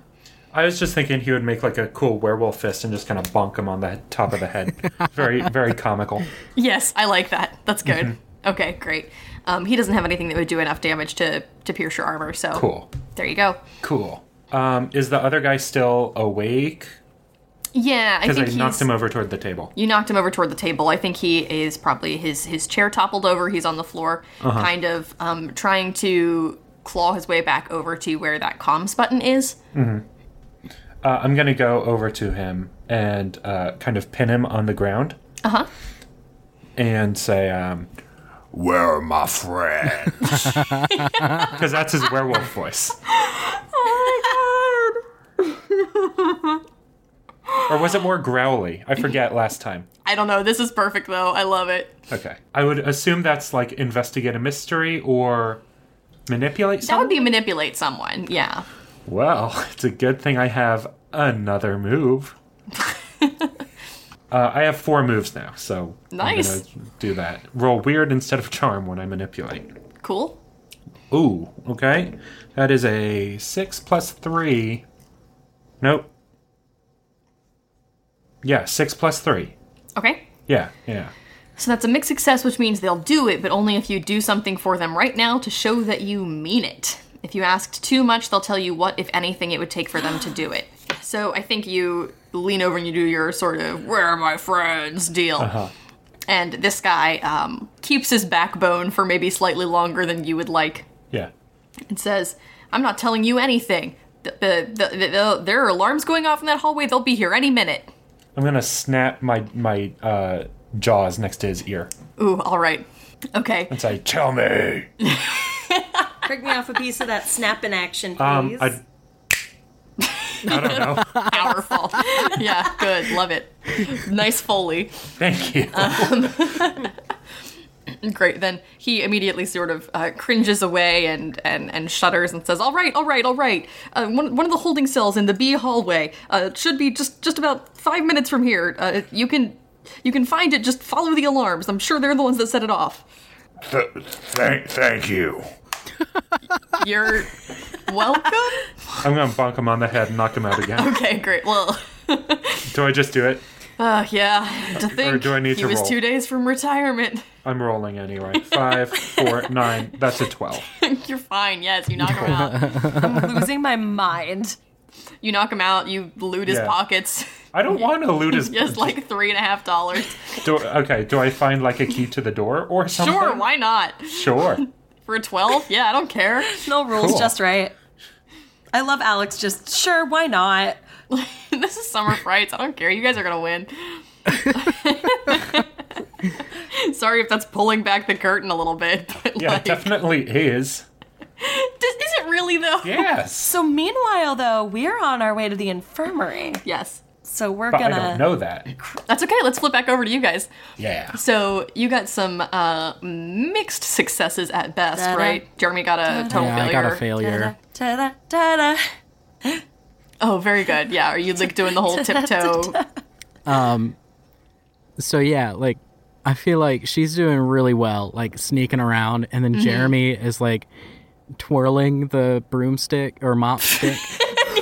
Speaker 4: I was just thinking he would make like a cool werewolf fist and just kind of bonk him on the top of the head. very, very comical.
Speaker 1: Yes, I like that. That's good.
Speaker 4: Mhm.
Speaker 1: Okay, great. Um, he doesn't have anything that would do enough damage to to pierce your armor. So
Speaker 4: Cool,
Speaker 1: There you go.
Speaker 4: cool. Um, is the other guy still awake?
Speaker 1: Yeah, I
Speaker 4: Because I,
Speaker 1: think he's.
Speaker 4: knocked him over toward the table.
Speaker 1: You knocked him over toward the table. I think he is probably his his chair toppled over. He's on the floor, kind of um, trying to claw his way back over to where that comms button is.
Speaker 4: Uh, I'm gonna go over to him and uh, kind of pin him on the ground. Uh
Speaker 1: Uh-huh.
Speaker 4: huh. And say, um,
Speaker 5: Where are my friends?
Speaker 4: because that's his
Speaker 1: <laughs>
Speaker 4: werewolf voice.
Speaker 1: Oh my
Speaker 4: Or was it more growly?
Speaker 1: <laughs>
Speaker 4: I forget last time.
Speaker 1: god! I don't know. This is perfect though. I love it.
Speaker 4: Okay. I would assume that's like investigate a mystery or manipulate
Speaker 1: That
Speaker 4: someone.
Speaker 1: would be manipulate someone. Yeah.
Speaker 4: Well, <laughs> it's a good thing I have another move. uh, I have four moves now, so
Speaker 1: Nice.
Speaker 4: I'm gonna do that. Roll weird instead of charm when I manipulate.
Speaker 1: Cool.
Speaker 4: Ooh, okay. That is a six plus three. Nope. Yeah, six plus three.
Speaker 1: Okay.
Speaker 4: Yeah, yeah.
Speaker 1: So that's a mixed success, which means they'll do it, but only if you do something for them right now to show that you mean it. If you asked too much, they'll tell you what, if anything, it would take for them to do it. So I think you lean over and you do your sort of "Where are my friends?" deal, and this guy um, keeps his backbone for maybe slightly longer than you would like,
Speaker 4: Yeah.
Speaker 1: and says, "I'm not telling you anything. The, the, the, the, there are alarms going off in that hallway. They'll be here any minute."
Speaker 4: I'm gonna snap my my uh, jaws next to his ear
Speaker 1: Ooh, all right. Okay.
Speaker 4: and say, "Tell me."
Speaker 3: Prick me off a piece of that snap in action, please.
Speaker 4: Um, I, I don't know.
Speaker 1: <laughs> Powerful. yeah, good. Love it. Nice foley.
Speaker 4: Thank you.
Speaker 1: Great. Then he immediately sort of uh, cringes away and, and, and shudders and says, "All right, all right, all right. Uh, one, one of the holding cells in the B hallway uh, should be just just about five minutes from here. Uh, you can you can find it. Just follow the alarms. I'm sure they're the ones that set it off.
Speaker 5: <laughs> Th- thank, thank you.
Speaker 1: You're welcome.
Speaker 4: I'm gonna bonk him on the head and knock him out again.
Speaker 1: <laughs> Okay, great. Well,
Speaker 4: Do I just do it?
Speaker 1: uh, yeah. To think
Speaker 4: do I need
Speaker 1: he
Speaker 4: to
Speaker 1: was
Speaker 4: roll?
Speaker 1: two days from retirement. <laughs>
Speaker 4: I'm rolling anyway. Five, four, nine. That's a twelve.
Speaker 1: You're fine. Yes, you knock him
Speaker 4: <laughs>
Speaker 1: out.
Speaker 3: I'm losing my mind.
Speaker 1: You knock him out. You loot his
Speaker 4: Yeah.
Speaker 1: pockets.
Speaker 4: I don't want to loot his.
Speaker 1: Just like three and a half
Speaker 2: <laughs>
Speaker 1: dollars.
Speaker 4: Do, okay, do I find like a key to the door or something?
Speaker 1: Sure, why not?
Speaker 4: Sure.
Speaker 1: For a twelve? Yeah, I don't care. <laughs>
Speaker 3: No rules,
Speaker 4: Cool.
Speaker 3: just right. I love Alex. Just sure, why not?
Speaker 1: this is summer frights. I don't care. You guys are gonna win. <laughs> Sorry if that's pulling back the curtain a little bit, but
Speaker 4: Yeah,
Speaker 1: like,
Speaker 4: it definitely is.
Speaker 1: does- <laughs> is it really though?
Speaker 4: Yes.
Speaker 3: So meanwhile, though, we're on our way to the infirmary.
Speaker 1: Yes.
Speaker 3: So we're
Speaker 4: But I
Speaker 3: gonna.
Speaker 4: don't know that.
Speaker 1: That's okay. Let's flip back over to you guys.
Speaker 4: Yeah.
Speaker 1: So you got some uh, mixed successes at best,
Speaker 3: Da-da.
Speaker 1: right? Jeremy got a total
Speaker 2: Yeah, I
Speaker 1: failure.
Speaker 2: got a failure.
Speaker 3: Ta-da, ta-da.
Speaker 1: Oh, very good. Yeah. Are you like doing the whole tiptoe?
Speaker 2: So yeah, like I feel like she's doing really well, like sneaking around, and
Speaker 1: Mm-hmm.
Speaker 2: then Jeremy is like twirling the broomstick
Speaker 1: <laughs>
Speaker 2: or mop stick.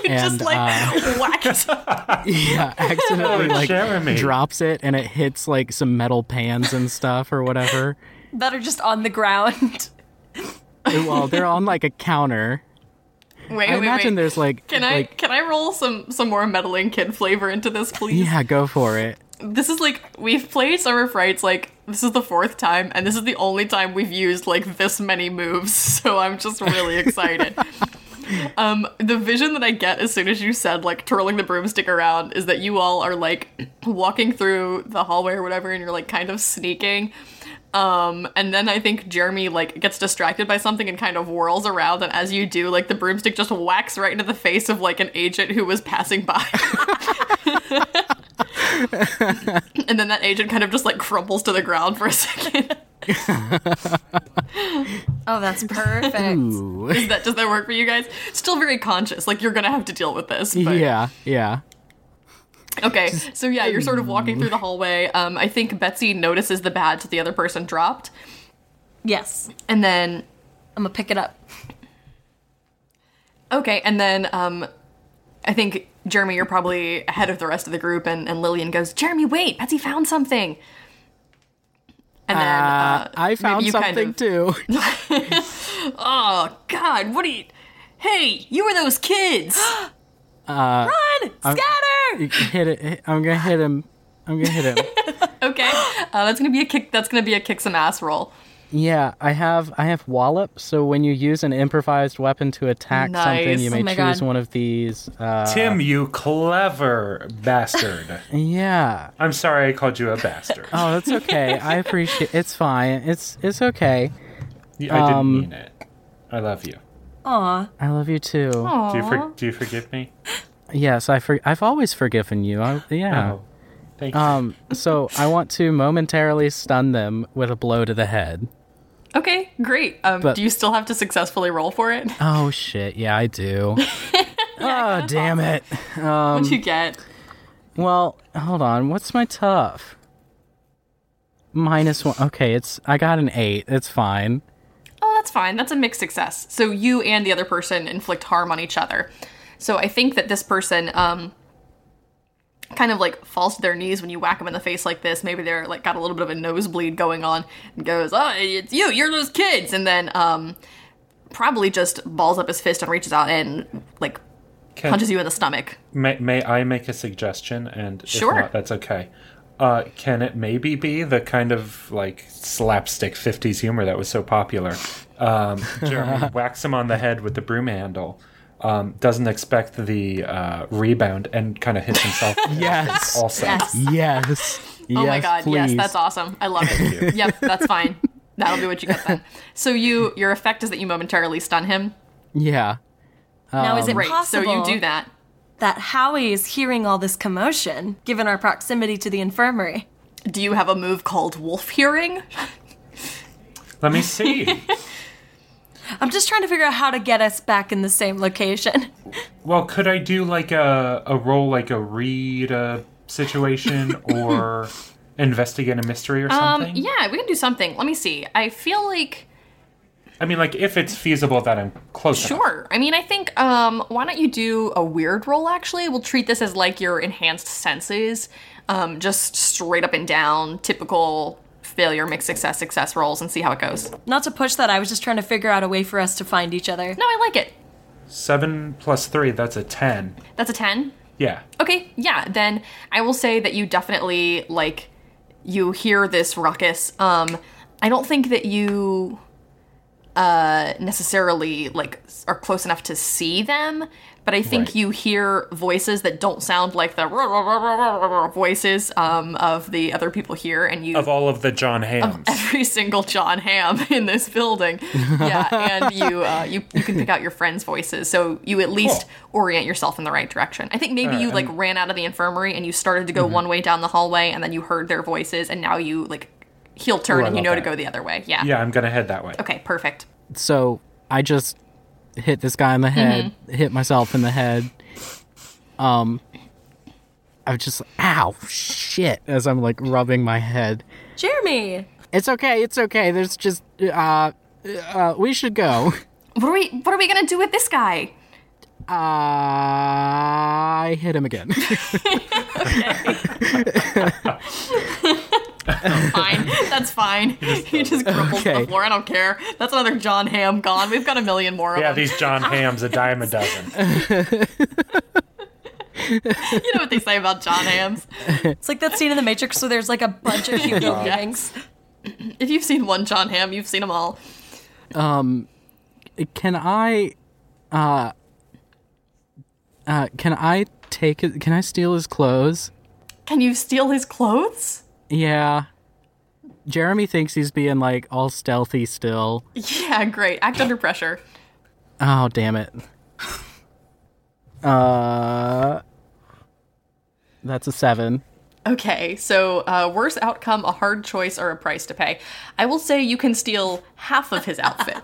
Speaker 2: and
Speaker 1: Just like
Speaker 2: uh,
Speaker 1: <laughs> whacked.
Speaker 2: <laughs> yeah, accidentally
Speaker 4: Oh,
Speaker 2: like
Speaker 4: Jeremy.
Speaker 2: drops it and it hits like some metal pans and stuff or whatever.
Speaker 3: That are just on the ground.
Speaker 2: well, they're on like a counter.
Speaker 1: Wait,
Speaker 2: I
Speaker 1: wait,
Speaker 2: imagine
Speaker 1: wait.
Speaker 2: there's like
Speaker 1: Can I
Speaker 2: like
Speaker 1: can I roll some some more meddling kid flavor into this, please?
Speaker 2: yeah, go for
Speaker 1: <laughs>
Speaker 2: it.
Speaker 1: This is like we've played Summer Frights like this is the fourth time, and this is the only time we've used like this many moves. <laughs> So I'm just really excited. um, the vision that I get as soon as you said like twirling the broomstick around is that you all are like walking through the hallway or whatever, and you're like kind of sneaking. Um, and then I think Jeremy like gets distracted by something and kind of whirls around, and as you do, like the broomstick just whacks right into the face of like an agent who was passing by. <laughs> And then that agent kind of just like crumbles to the ground for a <laughs> second.
Speaker 3: Oh, that's perfect.
Speaker 2: Ooh.
Speaker 1: Is that does that work for you guys? Still very conscious, like you're gonna have to deal with this. But.
Speaker 2: Yeah, yeah.
Speaker 1: Okay. So yeah, you're sort of walking through the hallway. Um, I think Betsy notices the badge that the other person dropped,
Speaker 3: Yes,
Speaker 1: and then
Speaker 3: I'm gonna pick it up.
Speaker 1: okay, and then um, I think Jeremy, you're probably ahead of the rest of the group, and, and Lillian goes, "Jeremy, wait, Betsy found something." And then
Speaker 2: Uh, I found
Speaker 1: you kind
Speaker 2: something
Speaker 1: of- <laughs>
Speaker 2: too.
Speaker 1: oh God, what are you? Hey, you were those
Speaker 2: <gasps>
Speaker 1: kids.
Speaker 2: Uh,
Speaker 3: Run, scatter.
Speaker 2: hit it. I'm gonna hit him. I'm
Speaker 1: <laughs>
Speaker 2: gonna hit him.
Speaker 1: Okay, uh, that's gonna be a kick. That's gonna be a kick some ass roll.
Speaker 2: yeah, I have. I have wallop. So when you use an improvised weapon to attack something,
Speaker 1: Nice.
Speaker 2: you may
Speaker 3: Oh my
Speaker 2: choose
Speaker 3: God.
Speaker 2: one of these. Uh,
Speaker 4: Tim, you clever bastard.
Speaker 2: yeah.
Speaker 4: <laughs> I'm sorry I called you a bastard.
Speaker 1: Uh,
Speaker 2: Oh, that's okay. I appreciate. It's fine. It's it's okay.
Speaker 4: Y- I didn't
Speaker 1: um,
Speaker 4: mean it. I love you.
Speaker 3: Aw,
Speaker 2: I love you too.
Speaker 4: Do you, for, do you forgive me?
Speaker 2: Yes, I for, I've always forgiven you. I, yeah.
Speaker 4: Oh, thank you.
Speaker 2: Um. So I want to momentarily stun them with a blow to the head.
Speaker 1: Okay, great. Um,
Speaker 2: But-
Speaker 1: do you still have to successfully roll for it? <laughs>
Speaker 2: Oh shit! <laughs> Yeah, I do. oh damn it!
Speaker 1: What'd you get?
Speaker 2: Well, hold on. What's my tough? Minus one. Okay, it's I got an eight. It's fine.
Speaker 1: Oh, that's fine. That's a mixed success. So you and the other person inflict harm on each other. So I think that this person um, kind of like falls to their knees when you whack them in the face like this. Maybe they're like got a little bit of a nosebleed going on and goes, "Oh, it's you. You're those kids." And then um, probably just balls up his fist and reaches out and like
Speaker 4: Can-
Speaker 1: punches you in the stomach.
Speaker 4: May, may I make a suggestion? And if
Speaker 1: Sure.
Speaker 4: not, that's okay. Uh, can it maybe be the kind of like slapstick <laughs> 50s humor that was so popular? Um, Jeremy whacks him on the head with the broom handle, um, doesn't expect the uh, rebound and kind of hits himself. in
Speaker 2: <laughs>
Speaker 4: the
Speaker 2: Yes.
Speaker 4: face Also,
Speaker 1: Yes.
Speaker 2: Yes.
Speaker 1: Oh my god, yes, that's awesome. I love it. yep, that's fine. That'll be what you get then. So you your effect is that you momentarily stun him.
Speaker 2: Yeah.
Speaker 3: now, is it
Speaker 1: Right.
Speaker 3: possible
Speaker 1: So you do that.
Speaker 3: that Howie is hearing all this commotion, given our proximity to the infirmary?
Speaker 1: Do you have a move called wolf hearing?
Speaker 4: let me see.
Speaker 3: I'm just trying to figure out how to get us back in the same location.
Speaker 4: Well, could I do like a a roll like a read uh,
Speaker 1: <laughs>
Speaker 4: situation or investigate a mystery or something?
Speaker 1: Um yeah, we can do something. Let me see. I feel like
Speaker 4: I mean, like if it's feasible that I'm close. enough.
Speaker 1: Sure. I mean, I think um, why don't you do a weird roll? Actually, we'll treat this as like your enhanced senses, um, just straight up and down, typical failure, mixed success, success rolls, and see how it goes. No,
Speaker 3: Not to push that, I was just trying to figure out a way for us to find each other.
Speaker 1: I like it.
Speaker 4: Seven plus three, that's a ten.
Speaker 1: That's a ten.
Speaker 4: Yeah.
Speaker 1: Okay, yeah. Then I will say that you definitely like you hear this ruckus. Um, I don't think that you uh necessarily like s- are close enough to see them but i think
Speaker 4: Right.
Speaker 1: you hear voices that don't sound like the <laughs> rah, rah, rah, rah, rah, rah voices um of the other people here and you
Speaker 4: Of all of the John Hams.
Speaker 1: every single john ham in this building yeah and
Speaker 4: <laughs>
Speaker 1: you uh you, you can pick out your friends voices so you at least orient yourself in the right direction i think maybe
Speaker 4: Alright,
Speaker 1: you like
Speaker 4: and- Mm-hmm.
Speaker 1: ran out of the infirmary and you started to go one way down the hallway and then you heard their voices and now you like heel turn
Speaker 4: Ooh, I
Speaker 1: and you
Speaker 4: love
Speaker 1: know
Speaker 4: that.
Speaker 1: to go the other way yeah
Speaker 4: yeah, I'm gonna head that way.
Speaker 1: okay perfect
Speaker 2: So I just hit this guy in the head,
Speaker 1: Mm-hmm.
Speaker 2: hit myself in the head. Um, I was just ow shit as I'm like rubbing my head.
Speaker 3: Jeremy!
Speaker 2: It's okay. It's okay. There's just uh, uh we should go.
Speaker 1: What are we what are we gonna do with this guy?
Speaker 2: Uh, I hit him again. <laughs>
Speaker 1: Fine.
Speaker 4: <laughs>
Speaker 1: That's fine. <laughs> He just cripples
Speaker 2: Okay.
Speaker 1: the floor. I don't care. That's another John Ham gone. We've got a million more of
Speaker 4: Yeah,
Speaker 1: them.
Speaker 4: these John Hams, a dime a
Speaker 3: <laughs>
Speaker 4: dozen.
Speaker 1: you know what they say about John Hams.
Speaker 3: It's like that scene in The Matrix where there's like a
Speaker 4: <laughs>
Speaker 3: bunch of human beings.
Speaker 1: <clears throat> If you've seen one John Ham, you've seen them all.
Speaker 2: can I uh uh can I take it can I steal his clothes?
Speaker 1: Can you steal his clothes? <laughs>
Speaker 2: Yeah. Jeremy thinks he's being like all stealthy still.
Speaker 1: Yeah, great. Act under pressure.
Speaker 2: Oh damn it. <laughs> Uh That's a 7.
Speaker 1: Okay, so uh, worse outcome, a hard choice, or a price to pay. I will say you can steal half of his outfit.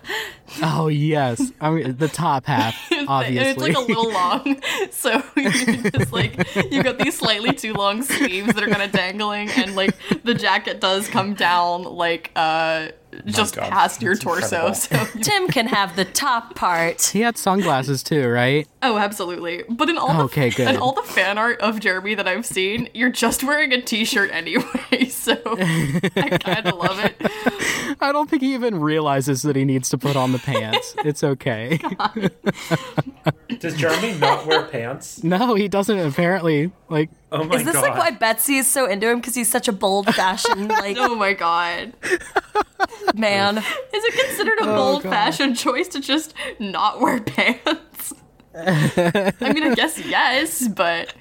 Speaker 2: Oh yes. I mean the top <laughs> half obviously.
Speaker 1: And it's like a little long, <laughs> so you can just like you got these slightly too long sleeves that are kind of dangling, and like the jacket does come down like uh just
Speaker 4: God,
Speaker 1: past your
Speaker 4: that's
Speaker 1: torso. <laughs>
Speaker 4: incredible.
Speaker 1: So you-
Speaker 3: Tim can have the top part.
Speaker 2: he had sunglasses too, right?
Speaker 1: oh, absolutely. But in all
Speaker 2: Okay,
Speaker 1: the,
Speaker 2: good.
Speaker 1: in all the fan art of Jeremy that I've seen, you're just wearing a t-shirt anyway, <laughs> so I kind of love it.
Speaker 2: I don't think he even realizes that he needs to put on the pants. It's okay. <laughs>
Speaker 4: Does Jeremy not wear pants?
Speaker 2: No, he doesn't apparently. Like
Speaker 4: <laughs> Oh my
Speaker 3: Is this
Speaker 4: god.
Speaker 3: like why Betsy is so into him? Because he's such a
Speaker 4: <laughs>
Speaker 3: bold fashion like
Speaker 1: Oh my god.
Speaker 3: man.
Speaker 1: Is it considered
Speaker 2: Oh,
Speaker 1: a bold fashioned choice to just not wear <laughs> pants? I mean, I guess yes, but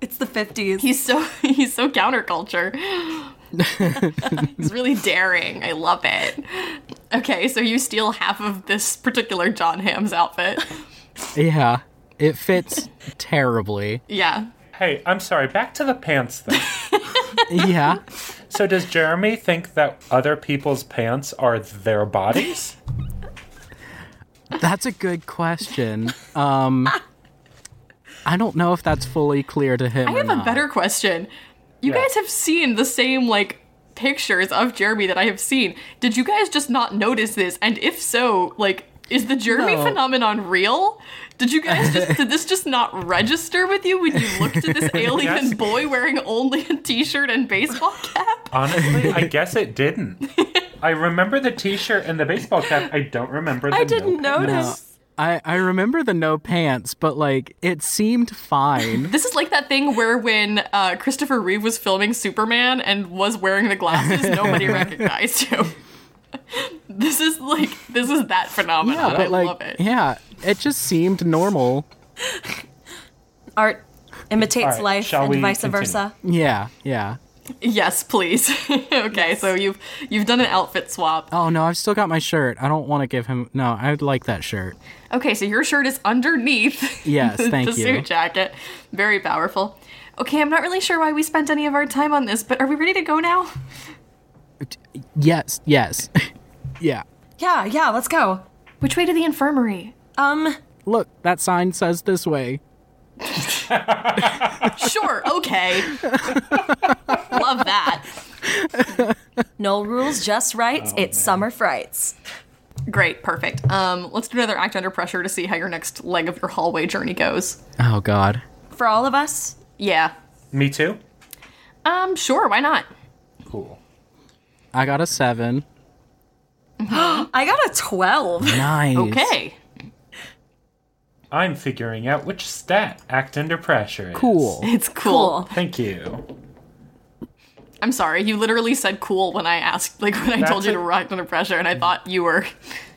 Speaker 3: It's the fifties.
Speaker 1: he's so <laughs> he's so counterculture. he's really daring. I love it. Okay, so you steal half of this particular John Ham's outfit. <laughs>
Speaker 2: Yeah, it fits <laughs> terribly.
Speaker 1: Yeah.
Speaker 4: Hey, I'm sorry, back to the pants thing.
Speaker 2: Yeah,
Speaker 4: so does Jeremy think that other people's pants are their bodies?
Speaker 2: that's a good question. Um, I don't know if that's fully clear to him.
Speaker 1: I have a better question. You
Speaker 4: Yeah.
Speaker 1: guys have seen the same like pictures of Jeremy that I have seen. Did you guys just not notice this? And if so, like is the Jeremy
Speaker 2: No.
Speaker 1: phenomenon real? Did you guys
Speaker 2: <laughs>
Speaker 1: just did this just not register with you when you looked at this alien
Speaker 4: Yes.
Speaker 1: boy wearing only a t-shirt and baseball cap?
Speaker 2: Uh,
Speaker 4: Honestly, I guess it didn't. I remember the t-shirt and the baseball cap. I don't remember the
Speaker 3: I didn't
Speaker 4: no-
Speaker 3: notice.
Speaker 2: Uh, I I remember the no pants, but like it seemed
Speaker 1: <laughs>
Speaker 2: fine.
Speaker 1: This is like that thing where when uh,
Speaker 2: <laughs>
Speaker 1: Christopher Reeve was filming Superman and was wearing the glasses, nobody recognized him. <laughs> This is like this is that phenomenon.
Speaker 2: Yeah,
Speaker 1: I
Speaker 2: but like,
Speaker 1: love it.
Speaker 2: yeah, it just seemed normal.
Speaker 3: Art imitates
Speaker 4: All right,
Speaker 3: life
Speaker 4: shall
Speaker 3: and
Speaker 4: we
Speaker 3: vice
Speaker 4: continue?
Speaker 3: versa.
Speaker 2: Yeah, yeah.
Speaker 1: Yes, please. <laughs> okay, so you've you've done an outfit swap.
Speaker 2: Oh no, I've still got my shirt. I don't want to give him. No, I would like that shirt.
Speaker 1: Okay, so your shirt is <laughs> underneath.
Speaker 2: Yes,
Speaker 1: the,
Speaker 2: thank
Speaker 1: the
Speaker 2: you.
Speaker 1: suit jacket. Very powerful. Okay, I'm not really sure why we spent any of our time on this, but are we ready to go <laughs> now?
Speaker 2: Yes, yes, <laughs> yeah.
Speaker 3: Yeah, yeah, let's go.
Speaker 1: Which way to the infirmary?
Speaker 3: Um,
Speaker 2: Look, that sign says this way.
Speaker 1: <laughs> Sure, okay. Love that.
Speaker 4: <laughs>
Speaker 3: no rules, just rights.
Speaker 4: Oh,
Speaker 3: it's summer frights.
Speaker 1: Great, perfect. Um, let's do another act under pressure to see how your next leg of your hallway journey goes.
Speaker 2: Oh God.
Speaker 3: For all of us,
Speaker 1: Yeah.
Speaker 4: Me too.
Speaker 1: Um, sure, why not?
Speaker 4: Cool.
Speaker 2: I got a seven.
Speaker 3: I got a 12.
Speaker 2: Nice.
Speaker 1: Okay.
Speaker 4: I'm figuring out which stat act under pressure is.
Speaker 2: Cool.
Speaker 1: It's cool.
Speaker 3: Cool.
Speaker 4: Thank you.
Speaker 1: I'm sorry, you literally said cool when I asked, like when I
Speaker 4: That's
Speaker 1: told you
Speaker 4: a-
Speaker 1: to rock under pressure, and I thought you were.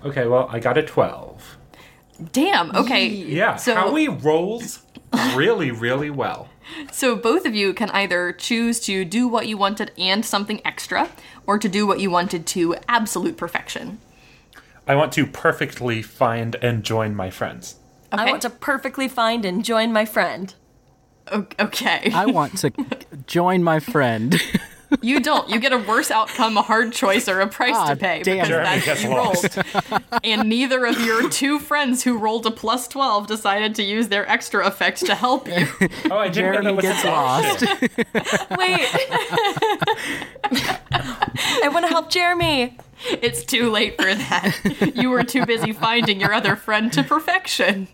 Speaker 4: Okay, well, I got a 12.
Speaker 1: Damn, okay.
Speaker 4: Yeah,
Speaker 1: So-
Speaker 4: Howie rolls really, really well.
Speaker 1: So both of you can either choose to do what you wanted and something extra, or to do what you wanted to absolute perfection.
Speaker 4: I want to perfectly find and join my friends.
Speaker 1: Okay.
Speaker 3: I want to perfectly find and join my friend.
Speaker 1: O-
Speaker 2: <laughs>
Speaker 1: Okay.
Speaker 2: I
Speaker 1: <laughs>
Speaker 2: want to join my friend.
Speaker 1: you don't. You get a worse outcome, a hard choice, or a price to
Speaker 2: Ah,
Speaker 1: pay because
Speaker 2: damn it.
Speaker 4: Jeremy
Speaker 1: that's
Speaker 4: gets
Speaker 1: what you
Speaker 4: lost.
Speaker 1: rolled. and neither of your two friends who rolled a plus twelve decided to use their extra effect to help
Speaker 2: <laughs>
Speaker 1: you.
Speaker 4: Oh, I didn't
Speaker 2: Jeremy
Speaker 4: know that was
Speaker 2: gets
Speaker 4: an
Speaker 2: lost.
Speaker 4: option.
Speaker 3: Wait. I want to help Jeremy.
Speaker 1: It's too late for that. You were too busy finding your other friend to perfection.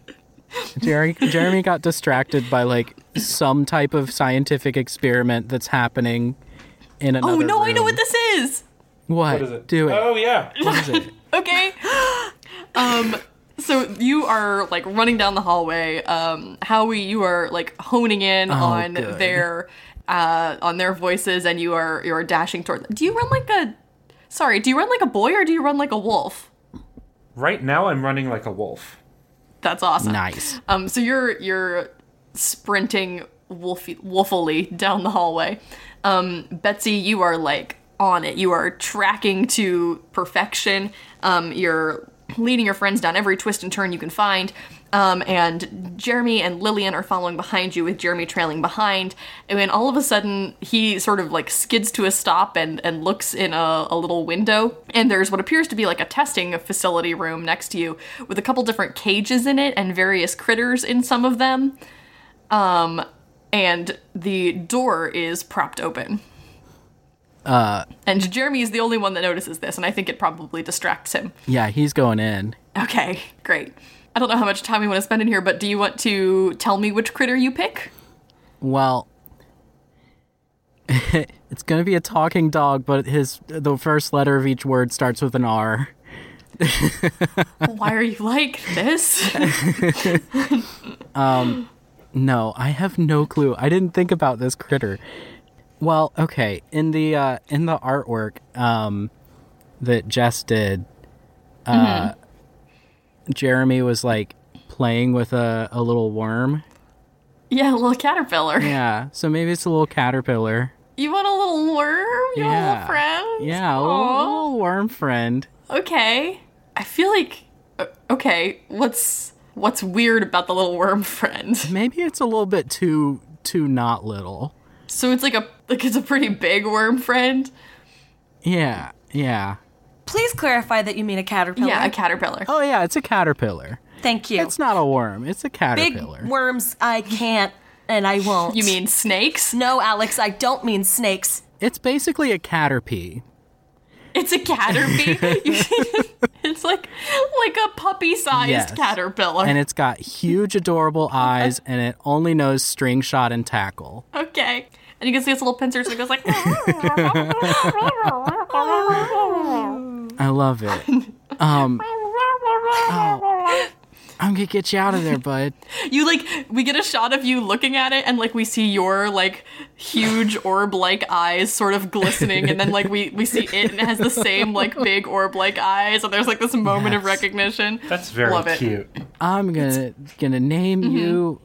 Speaker 2: Jerry, Jeremy got distracted by like some type of scientific experiment that's happening in another.
Speaker 1: Oh no, I know
Speaker 2: room.
Speaker 1: what this is.
Speaker 2: What?
Speaker 4: What is it?
Speaker 2: Do it.
Speaker 4: Oh, yeah.
Speaker 2: What is
Speaker 4: <laughs>
Speaker 2: it?
Speaker 1: okay. um, so you are like running down the hallway. Um, Howie, you are like honing in on
Speaker 2: Oh, good.
Speaker 1: their uh, on their voices, and you are you are dashing toward. Do you run like a? Sorry, do you run like a boy or do you run like a wolf?
Speaker 4: Right now, I'm running like a wolf.
Speaker 1: That's awesome.
Speaker 2: Nice.
Speaker 1: Um, so you're you're sprinting wolfy, wolfily down the hallway. Um, Betsy, you are like on it. You are tracking to perfection. Um, you're leading your friends down every twist and turn you can find. Um, and Jeremy and Lillian are following behind you, with Jeremy trailing behind. And then all of a sudden, he sort of like skids to a stop and, and looks in a, a little window. And there's what appears to be like a testing facility room next to you, with a couple different cages in it and various critters in some of them. Um, and the door is propped open. Uh, and Jeremy is the only one that notices this, and I think it probably distracts him.
Speaker 2: Yeah, he's going in.
Speaker 1: Okay, great. I don't know how much time we want to spend in here, but do you want to tell me which critter you pick?
Speaker 2: Well, <laughs> it's gonna be a talking dog, but his the first letter of each word starts with an R.
Speaker 1: Why are you like
Speaker 2: <laughs>
Speaker 1: this?
Speaker 2: No, I have no clue. I didn't think about this critter. Well, okay. In the uh, in the artwork um, that Jess did,
Speaker 1: Mm-hmm.
Speaker 2: uh, Jeremy was like playing with a, a little worm.
Speaker 1: yeah, a little caterpillar.
Speaker 2: Yeah, so maybe it's a little caterpillar.
Speaker 1: You want a little worm? You want a
Speaker 2: yeah,
Speaker 1: little friend?
Speaker 2: Yeah, a little,
Speaker 1: Aw.
Speaker 2: little worm friend.
Speaker 1: Okay. I feel like uh, okay. What's what's weird about the little worm friend?
Speaker 2: Maybe it's a little bit too too not little.
Speaker 1: So it's like a like it's a pretty big worm friend.
Speaker 2: Yeah, yeah.
Speaker 3: Please clarify that you mean a caterpillar.
Speaker 1: Yeah, a caterpillar.
Speaker 2: Oh yeah, it's a caterpillar.
Speaker 3: Thank you.
Speaker 2: It's not a worm. It's a
Speaker 3: Big
Speaker 2: caterpillar.
Speaker 3: worms, I can't and I won't.
Speaker 1: You mean snakes?
Speaker 3: No, Alex, I don't mean snakes.
Speaker 2: It's basically a caterpie.
Speaker 1: It's a
Speaker 2: <laughs>
Speaker 1: caterpie. <laughs> You- it's like like a puppy sized
Speaker 2: Yes.
Speaker 1: caterpillar.
Speaker 2: and it's got huge, adorable eyes, and it only knows string shot and tackle.
Speaker 1: okay. And you can see its little pincers and it
Speaker 2: <laughs>
Speaker 1: goes like <laughs> <laughs>
Speaker 2: I love it. Um, oh, I'm gonna get you out of there, bud.
Speaker 1: You like we get a shot of you looking at it and like we see your like huge orb like eyes sort of glistening and then like we we see it and it has the same
Speaker 2: <laughs>
Speaker 1: like big orb like eyes and there's like this moment of
Speaker 2: Yes.
Speaker 1: recognition.
Speaker 4: That's very
Speaker 1: Love it.
Speaker 4: cute.
Speaker 2: I'm gonna gonna name
Speaker 1: Mm-hmm.
Speaker 2: you.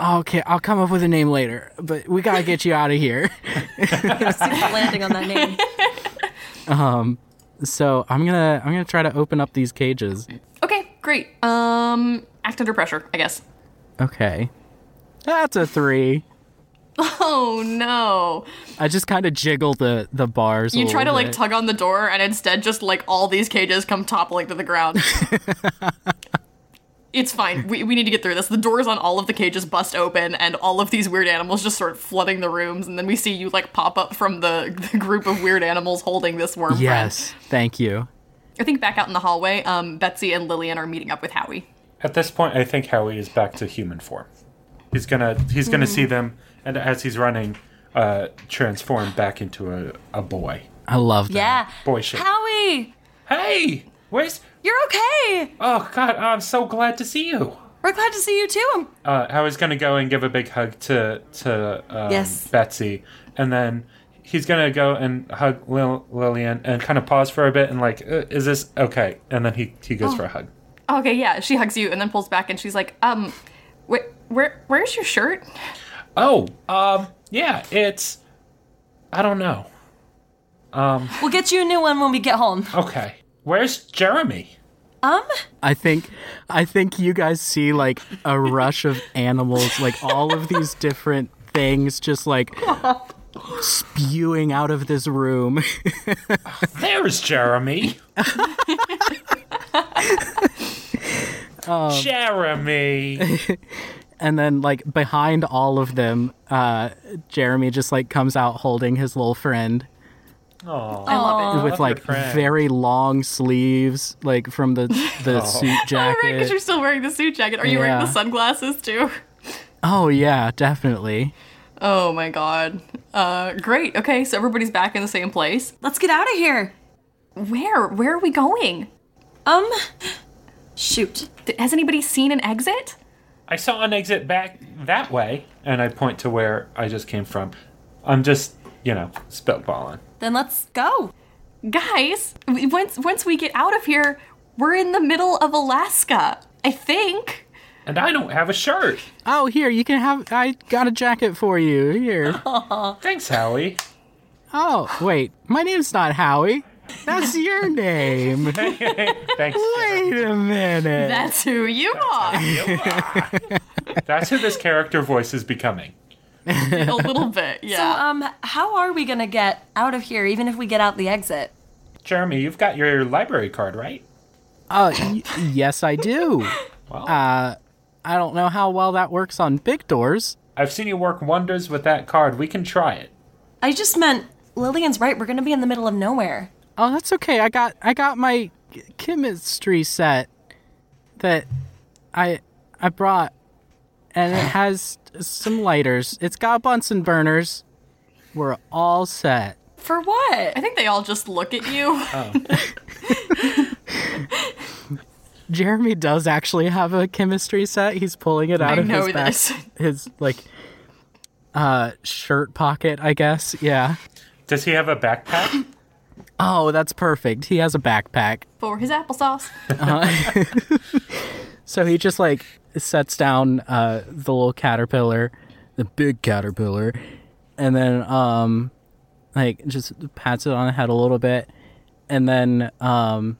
Speaker 2: Uh. Okay, I'll come up with a name later, but we gotta get you out of here. <laughs>
Speaker 3: landing on that name.
Speaker 2: So I'm gonna I'm gonna try to open up these cages.
Speaker 1: Okay, great. Um act under pressure, I guess.
Speaker 2: Okay, that's a three.
Speaker 1: Oh no.
Speaker 2: I just kind of jiggle the the bars. a
Speaker 1: You try to
Speaker 2: little
Speaker 1: like
Speaker 2: bit.
Speaker 1: tug on the door, and instead, just like all these cages come toppling to the
Speaker 2: <laughs>
Speaker 1: ground. it's fine. We, we need to get through this. The doors on all of the cages bust open, and all of these weird animals just start flooding the rooms. And then we see you like pop up from the, the group of weird animals holding this worm. friend.
Speaker 2: Yes, thank you.
Speaker 1: I think back out in the hallway, um, Betsy and Lillian are meeting up with Howie.
Speaker 4: At this point, I think Howie is back to human form. He's gonna he's
Speaker 2: Hmm.
Speaker 4: gonna see them, and as he's running, uh, transform back into a, a boy.
Speaker 2: I love that.
Speaker 3: Yeah.
Speaker 4: Boy shit.
Speaker 3: Howie,
Speaker 4: Hey, where's?
Speaker 3: you're okay.
Speaker 4: Oh God, I'm so glad to see you.
Speaker 3: We're glad to see you too. I'm-
Speaker 4: Uh, Howie's gonna go and give a big hug to to um,
Speaker 3: Yes.
Speaker 4: Betsy, and then he's gonna go and hug Lil- Lillian and kind of pause for a bit and like, uh, is this okay? And then he he goes for a hug.
Speaker 1: Okay, yeah, she hugs you and then pulls back, and she's like, um, wh- where where's your shirt? <laughs>
Speaker 4: Oh, um, yeah, it's I don't know.
Speaker 3: We'll get you a new one when we get home.
Speaker 2: Oh.
Speaker 4: Okay, where's Jeremy?
Speaker 3: Um,
Speaker 2: I think I think you guys see like a rush of animals, like all of these different things just like spewing out of this room. <laughs>
Speaker 4: There's Jeremy. Jeremy.
Speaker 2: and then like behind all of them, uh Jeremy just like comes out holding his little friend
Speaker 1: I love it.
Speaker 2: with
Speaker 4: your
Speaker 2: like
Speaker 4: friend.
Speaker 2: very long sleeves like from the the suit
Speaker 1: All Oh, right,
Speaker 2: jacket.
Speaker 1: because you're still wearing the suit jacket. Are you wearing
Speaker 2: Yeah.
Speaker 1: the sunglasses too?
Speaker 2: oh yeah, definitely.
Speaker 1: Oh my god. Uh, great. Okay, so everybody's back in the same place.
Speaker 3: let's get out of here.
Speaker 1: Where? Where are we going?
Speaker 3: Um, shoot.
Speaker 1: Th- Has anybody seen an exit?
Speaker 4: I saw an exit back that way, and I point to where I just came from. I'm just, you know, spitballing.
Speaker 3: Then let's go.
Speaker 1: Guys, w- once once we get out of here, we're in the middle of Alaska. I think.
Speaker 4: And I don't have a shirt.
Speaker 2: Oh, here, you can have I got a jacket for you. Here.
Speaker 4: Thanks, Howie. <laughs>
Speaker 2: Oh, wait. My name's not Howie. That's your name.
Speaker 4: Thanks.
Speaker 2: Wait a minute.
Speaker 1: That's who you are.
Speaker 4: That's who this character voice is becoming.
Speaker 1: a little bit, yeah.
Speaker 3: Um, how are we gonna get out of here, even if we get out the exit?
Speaker 4: Jeremy, you've got your library card, right?
Speaker 2: Uh, y- yes, I do. Uh,
Speaker 4: Well,
Speaker 2: I don't know how well that works on big doors.
Speaker 4: I've seen you work wonders with that card. We can try it.
Speaker 3: I just meant Lillian's right. We're gonna be in the middle of nowhere.
Speaker 2: Oh, that's okay. I got I got my ch- chemistry set that I I brought, and it has some lighters. It's got Bunsen burners. We're all set.
Speaker 3: For what?
Speaker 1: I think they all just look at you.
Speaker 2: Jeremy does actually have a chemistry set. He's pulling it out
Speaker 1: I
Speaker 2: of
Speaker 1: know
Speaker 2: his
Speaker 1: <laughs>
Speaker 2: back,
Speaker 1: this.
Speaker 2: his like uh shirt pocket, I guess. Yeah.
Speaker 4: Does he have a backpack?
Speaker 2: Oh, that's perfect. He has a backpack.
Speaker 1: For his applesauce.
Speaker 2: So he just like sets down uh, the little caterpillar, the big caterpillar, and then um, like just pats it on the head a little bit, and then um,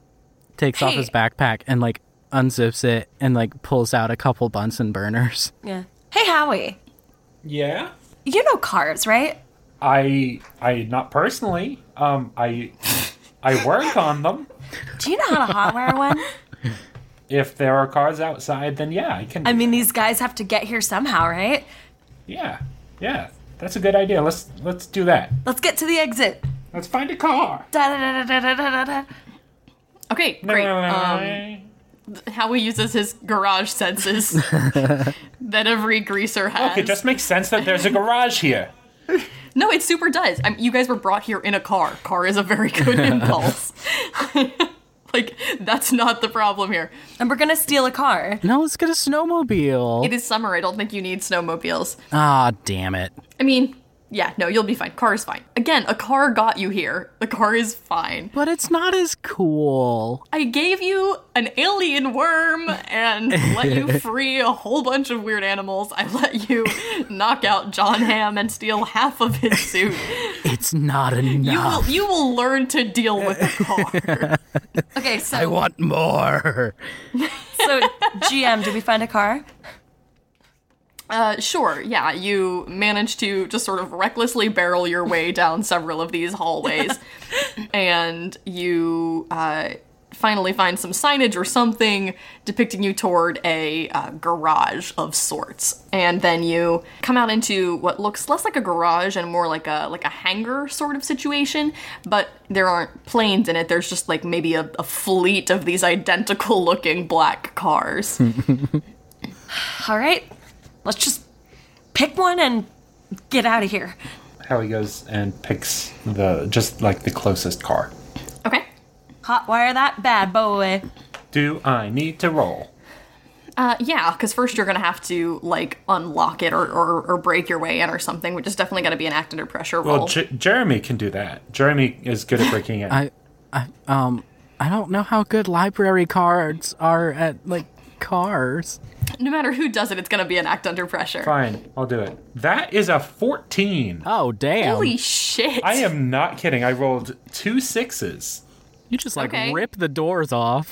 Speaker 2: takes off
Speaker 3: Hey.
Speaker 2: his backpack and like unzips it and like pulls out a couple Bunsen burners.
Speaker 3: yeah. Hey, Howie.
Speaker 4: yeah.
Speaker 3: You know cars, right?
Speaker 4: I I not personally. Um, I I work on them.
Speaker 3: Do you know how to <laughs> hotwire one?
Speaker 4: If there are cars outside, then yeah, I can.
Speaker 3: I mean, these guys have to get here somehow, right?
Speaker 4: yeah, yeah, that's a good idea. Let's let's do that.
Speaker 3: Let's get to the exit.
Speaker 4: Let's find a car.
Speaker 3: Da da da da da da da da.
Speaker 1: Okay, great. Um, how he uses his garage senses <laughs> that every greaser has.
Speaker 4: it just makes sense that there's a garage here.
Speaker 1: No, it super does. I mean, you guys were brought here in a car. Car is a very good impulse. <laughs> like that's not the problem here.
Speaker 3: And we're gonna steal a car.
Speaker 2: No, let's get a snowmobile.
Speaker 1: It is summer. I don't think you need snowmobiles.
Speaker 2: Ah, damn it.
Speaker 1: I mean, yeah, no, you'll be fine. Car is fine. Again, a car got you here. The car is fine.
Speaker 2: But it's not as cool.
Speaker 1: I gave you an alien worm and let you free a whole bunch of weird animals. I let you knock out John Ham and steal half of his suit.
Speaker 2: It's not enough.
Speaker 1: <laughs> You will, you will learn to deal with the
Speaker 3: car. okay, so
Speaker 2: I want more.
Speaker 3: so, GM, did we find a car?
Speaker 1: Uh, sure, yeah, you manage to just sort of recklessly barrel your way down several of these hallways, and you uh, finally find some signage or something depicting you toward a uh, garage of sorts. And then you come out into what looks less like a garage and more like a like a hangar sort of situation, but there aren't planes in it. There's just like maybe a, a fleet of these identical looking black cars.
Speaker 3: All right, let's just pick one and get out of here.
Speaker 4: Howie goes and picks the just like the closest car.
Speaker 1: Okay.
Speaker 3: Hotwire that bad boy.
Speaker 4: Do I need to roll?
Speaker 1: Uh, yeah, because first you're gonna have to like unlock it or, or, or break your way in or something, which is definitely gonna be an act under pressure roll.
Speaker 4: Well, J- Jeremy can do that. Jeremy is good at breaking in.
Speaker 2: I, I, um, I don't know how good library cards are at like cars.
Speaker 1: No matter who does it, it's going to be an act under pressure.
Speaker 4: Fine, I'll do it. That is a 14.
Speaker 2: Oh, damn.
Speaker 1: Holy shit.
Speaker 4: I am not kidding. I rolled two sixes.
Speaker 2: You just like okay. rip the doors off.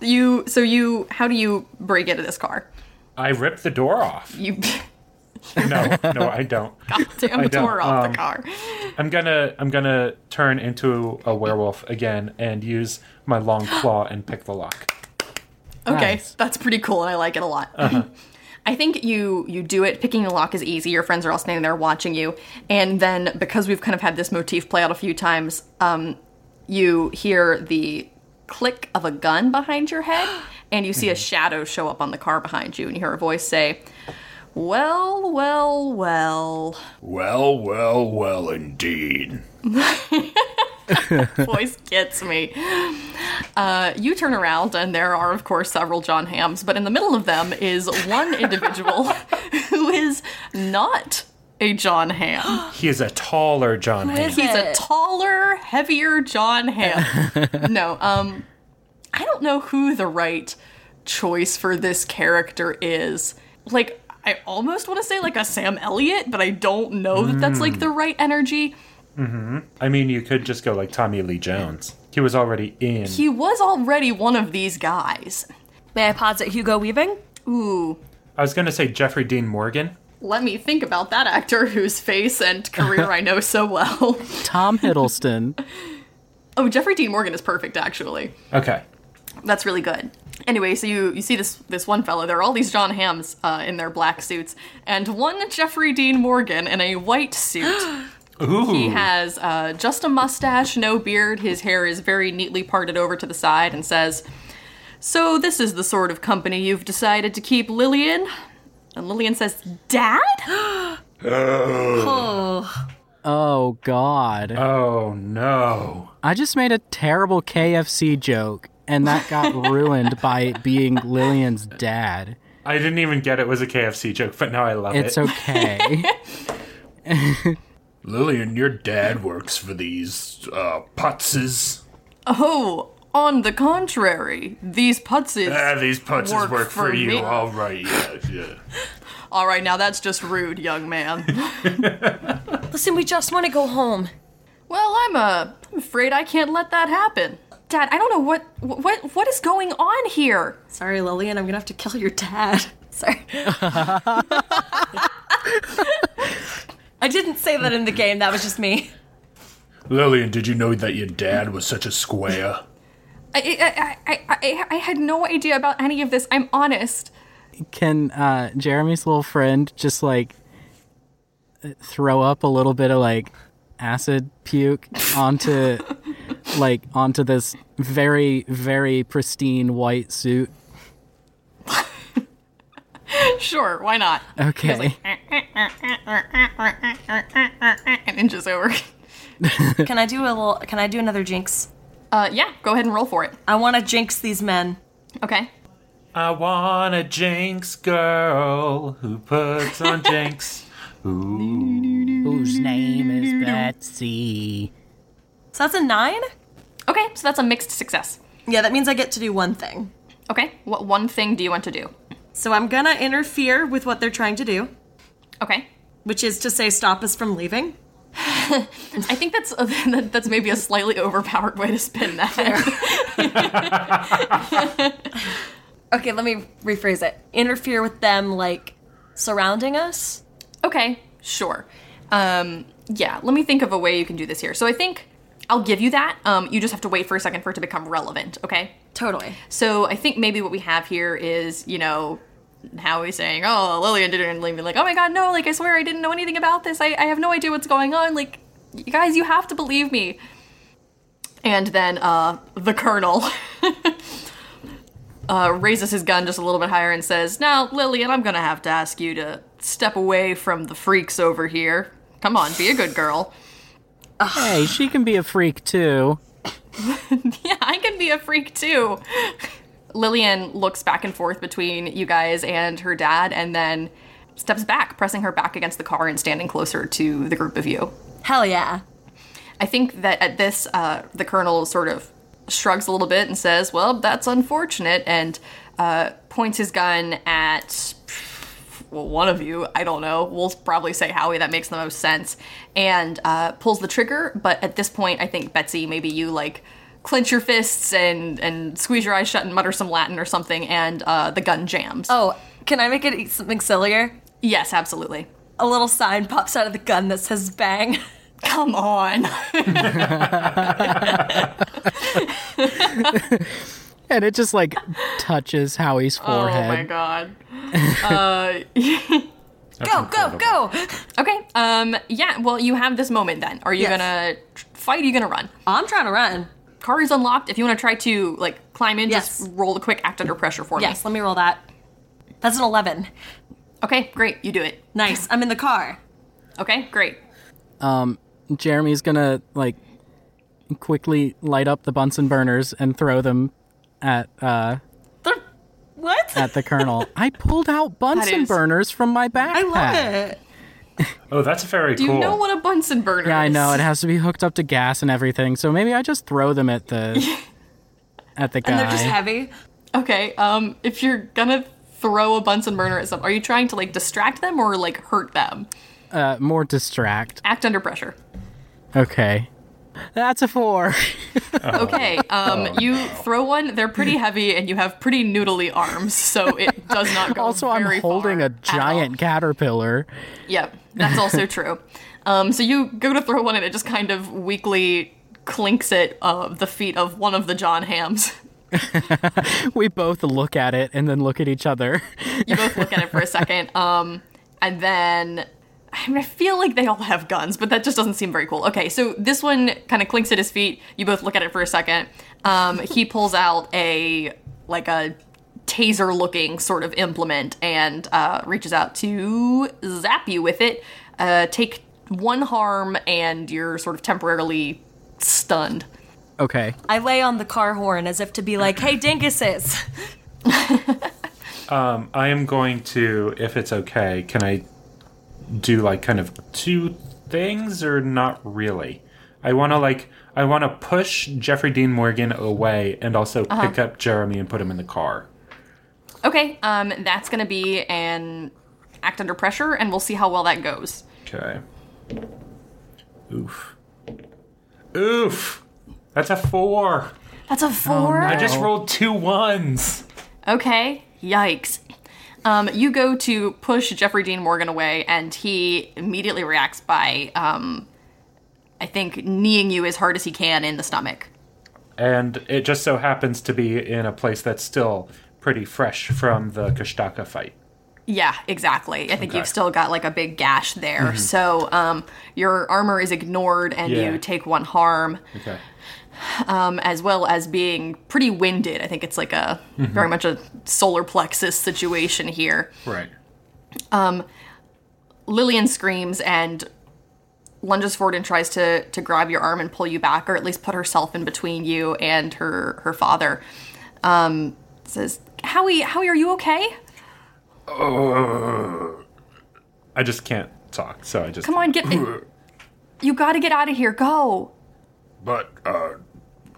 Speaker 1: you so you how do you break into this car?
Speaker 4: I rip the door off.
Speaker 1: You <laughs>
Speaker 4: no, no, I don't.
Speaker 1: Goddamn I don't. door off um, the car.
Speaker 4: I'm gonna I'm gonna turn into a werewolf again and use my
Speaker 5: <gasps>
Speaker 4: long claw and pick the lock.
Speaker 1: Okay, nice. that's pretty cool, and I like it a lot. Uh-huh. <laughs> I think you you do it. Picking the lock is easy. Your friends are all standing there watching you, and then because we've kind of had this motif play out a few times, um, you hear the click of a gun behind your <gasps> head, and you see mm-hmm. a shadow show up on the car behind you, and you hear a voice say. Well, well, well.
Speaker 5: Well, well, well, indeed.
Speaker 1: voice gets me. Uh, you turn around, and there are, of course, several John Hams, but in the middle of them is one individual who is not a John Ham.
Speaker 4: He is a taller John Ham.
Speaker 1: He's a taller, heavier John Ham. no, um, I don't know who the right choice for this character is. Like, I almost want to say like a Sam Elliott, but I don't know that that's like the right energy.
Speaker 4: Mm-hmm. I mean, you could just go like Tommy Lee Jones. He was already in.
Speaker 1: He was already one of these guys.
Speaker 3: May I posit Hugo Weaving?
Speaker 1: Ooh.
Speaker 4: I was going to say Jeffrey Dean Morgan.
Speaker 1: Let me think about that actor whose face and career I know so well. <laughs>
Speaker 2: Tom Hiddleston.
Speaker 1: oh, Jeffrey Dean Morgan is perfect, actually.
Speaker 4: Okay.
Speaker 1: That's really good anyway, so you, you see this this one fellow. There are all these John Hams uh, in their black suits, and one Jeffrey Dean Morgan in a white suit.
Speaker 4: Ooh.
Speaker 1: He has uh, just a mustache, no beard. His hair is very neatly parted over to the side, and says, "So this is the sort of company you've decided to keep, Lillian." And Lillian says, "Dad."
Speaker 3: oh.
Speaker 2: Oh God.
Speaker 4: Oh no.
Speaker 2: I just made a terrible KFC joke and that got ruined by being Lillian's dad.
Speaker 4: I didn't even get it was a KFC joke, but now I love
Speaker 2: it's
Speaker 4: it.
Speaker 2: It's okay.
Speaker 5: Lillian, your dad works for these uh, putzes.
Speaker 1: Oh, on the contrary, these putzes.
Speaker 5: Ah, these putzes work, work for, for you. Me. All right, yeah, yeah.
Speaker 1: All right, now that's just rude, young man. <laughs>
Speaker 3: Listen, we just want to go home.
Speaker 1: Well, I'm uh, I'm afraid I can't let that happen. Dad, I don't know what what what is going on here.
Speaker 3: Sorry, Lillian, I'm gonna have to kill your dad. <laughs> Sorry. I didn't say that in the game. That was just me.
Speaker 5: Lillian, did you know that your dad was such a square?
Speaker 1: I I, I, I, I had no idea about any of this. I'm honest.
Speaker 2: Can uh, Jeremy's little friend just like throw up a little bit of like acid puke <laughs> onto like onto this very very pristine white suit
Speaker 1: sure, why not?
Speaker 2: Okay.
Speaker 1: <laughs> and inches over.
Speaker 3: Can I do a little? Can I do another jinx?
Speaker 1: <laughs> Uh, yeah, go ahead and roll for it.
Speaker 3: I want to jinx these men.
Speaker 1: Okay.
Speaker 4: I want a jinx girl who puts on jinx. Ooh.
Speaker 2: Whose name is Betsy?
Speaker 3: So that's a nine.
Speaker 1: Okay, so that's a mixed success.
Speaker 3: Yeah, that means I get to do one thing.
Speaker 1: Okay, what one thing do you want to do?
Speaker 3: So I'm gonna interfere with what they're trying to do,
Speaker 1: Okay.
Speaker 3: which is to say, stop us from leaving.
Speaker 1: I think that's <laughs> a, that's maybe a slightly overpowered way to spin that.
Speaker 3: Okay, let me rephrase it. Interfere with them, like surrounding us.
Speaker 1: okay, sure. Um, yeah, let me think of a way you can do this here. So I think I'll give you that. Um, you just have to wait for a second for it to become relevant, okay?
Speaker 3: Totally.
Speaker 1: So I think maybe what we have here is, you know, Howie saying, "Oh, Lillian didn't leave me." Like, "Oh my God, no! Like, I swear I didn't know anything about this. I, I have no idea what's going on. Like, you guys, you have to believe me." And then uh, the Colonel <laughs> uh, raises his gun just a little bit higher and says, "Now, Lillian, I'm gonna have to ask you to step away from the freaks over here. Come on, be a good girl."
Speaker 2: Hey, she can be a freak too.
Speaker 1: <laughs> Yeah, I can be a freak too. Lillian looks back and forth between you guys and her dad and then steps back, pressing her back against the car and standing closer to the group of you.
Speaker 3: Hell yeah.
Speaker 1: I think that at this, uh, the colonel sort of shrugs a little bit and says, Well, that's unfortunate, and uh, points his gun at well, one of you. I don't know. We'll probably say Howie, that makes the most sense, and uh, pulls the trigger. But at this point, I think, Betsy, maybe you like clench your fists and, and squeeze your eyes shut and mutter some Latin or something, and uh, the gun jams.
Speaker 3: Oh, can I make it eat something sillier?
Speaker 1: Yes, absolutely.
Speaker 3: A little sign pops out of the gun that says "bang." <laughs>
Speaker 1: Come on.
Speaker 2: And it just like touches Howie's <laughs> forehead.
Speaker 1: <laughs> Oh my god. Uh, <laughs>
Speaker 3: Go, go, go!
Speaker 1: Okay. Um. Yeah. Well, you have this moment. Then, are you
Speaker 3: Yes.
Speaker 1: gonna tr- fight? Are you gonna run?
Speaker 3: I'm trying to run.
Speaker 1: Car is unlocked. If you want to try to like climb in,
Speaker 3: Yes.
Speaker 1: just roll a quick act under pressure for
Speaker 3: Yes, let me roll that. That's an 11.
Speaker 1: me. Okay. Great. You do it.
Speaker 3: Nice. I'm in the car.
Speaker 1: Okay. Great.
Speaker 2: Jeremy's gonna like quickly light up the Bunsen burners and throw them at uh,
Speaker 3: The- what?
Speaker 2: at the colonel. I pulled out Bunsen
Speaker 1: is-
Speaker 2: burners from my backpack.
Speaker 3: I love it.
Speaker 4: <laughs> Oh, that's very
Speaker 1: Do you
Speaker 4: cool.
Speaker 1: know what a Bunsen burner?
Speaker 2: Yeah, I
Speaker 1: is?
Speaker 2: know it has to be hooked up to gas and everything. So maybe I just throw them at
Speaker 3: <laughs>
Speaker 2: the at the guy.
Speaker 3: And they're just heavy.
Speaker 1: <laughs> Okay. Um. If you're gonna throw a Bunsen burner at some, are you trying to like distract them or like hurt them?
Speaker 2: uh, more distract.
Speaker 1: Act under pressure.
Speaker 2: Okay, that's a
Speaker 3: <laughs>
Speaker 2: four.
Speaker 1: Okay. Um. you throw one. They're pretty heavy, and you have pretty noodly arms, so it does not go.
Speaker 2: <laughs> also, I'm
Speaker 1: very
Speaker 2: holding
Speaker 1: far
Speaker 2: a
Speaker 1: at all.
Speaker 2: giant caterpillar.
Speaker 1: Yep, that's also true. Um, so you go to throw one, and it just kind of weakly clinks at uh, the feet of one of the John Hams.
Speaker 2: We both look at it and then look at each other. <laughs>
Speaker 1: You both look at it for a second, um, and then I, mean, I feel like they all have guns, but that just doesn't seem very cool. Okay, so this one kind of clinks at his feet. You both look at it for a second. Um, he pulls out a like a taser-looking sort of implement and uh, reaches out to zap you with it. Uh, take one harm, and you're sort of temporarily stunned.
Speaker 2: Okay,
Speaker 3: I lay on the car horn as if to be like, hey, <laughs> dinguses.
Speaker 4: I am going to, if it's okay, can I do like kind of two things or not really? I want to like I want to push Jeffrey Dean Morgan away and also
Speaker 1: Uh-huh.
Speaker 4: pick up Jeremy and put him in the car.
Speaker 1: Okay, um, that's gonna be an act under pressure, and we'll see how well that goes.
Speaker 4: Okay. Oof. Oof. That's a four.
Speaker 1: That's a four.
Speaker 4: I just rolled two ones.
Speaker 1: Okay. Yikes. Um, you go to push Jeffrey Dean Morgan away, and he immediately reacts by, um, I think, kneeing you as hard as he can in the stomach.
Speaker 4: And it just so happens to be in a place that's still pretty fresh from the Kostaka fight.
Speaker 1: Yeah, exactly. I think you've still got like a big gash there. So um, your armor is ignored and
Speaker 4: Yeah.
Speaker 1: you take one harm,
Speaker 4: Okay.
Speaker 1: um, as well as being pretty winded. I think it's like a very much a solar plexus situation here.
Speaker 4: Right.
Speaker 1: Lillian screams and lunges forward and tries to to grab your arm and pull you back, or at least put herself in between you and her her father. Um, says, "Howie, Howie, are you okay?
Speaker 5: Uh,
Speaker 4: I just can't talk, so I just
Speaker 1: Come
Speaker 4: <laughs>
Speaker 1: on, get you got to get out of here. Go."
Speaker 5: But, uh,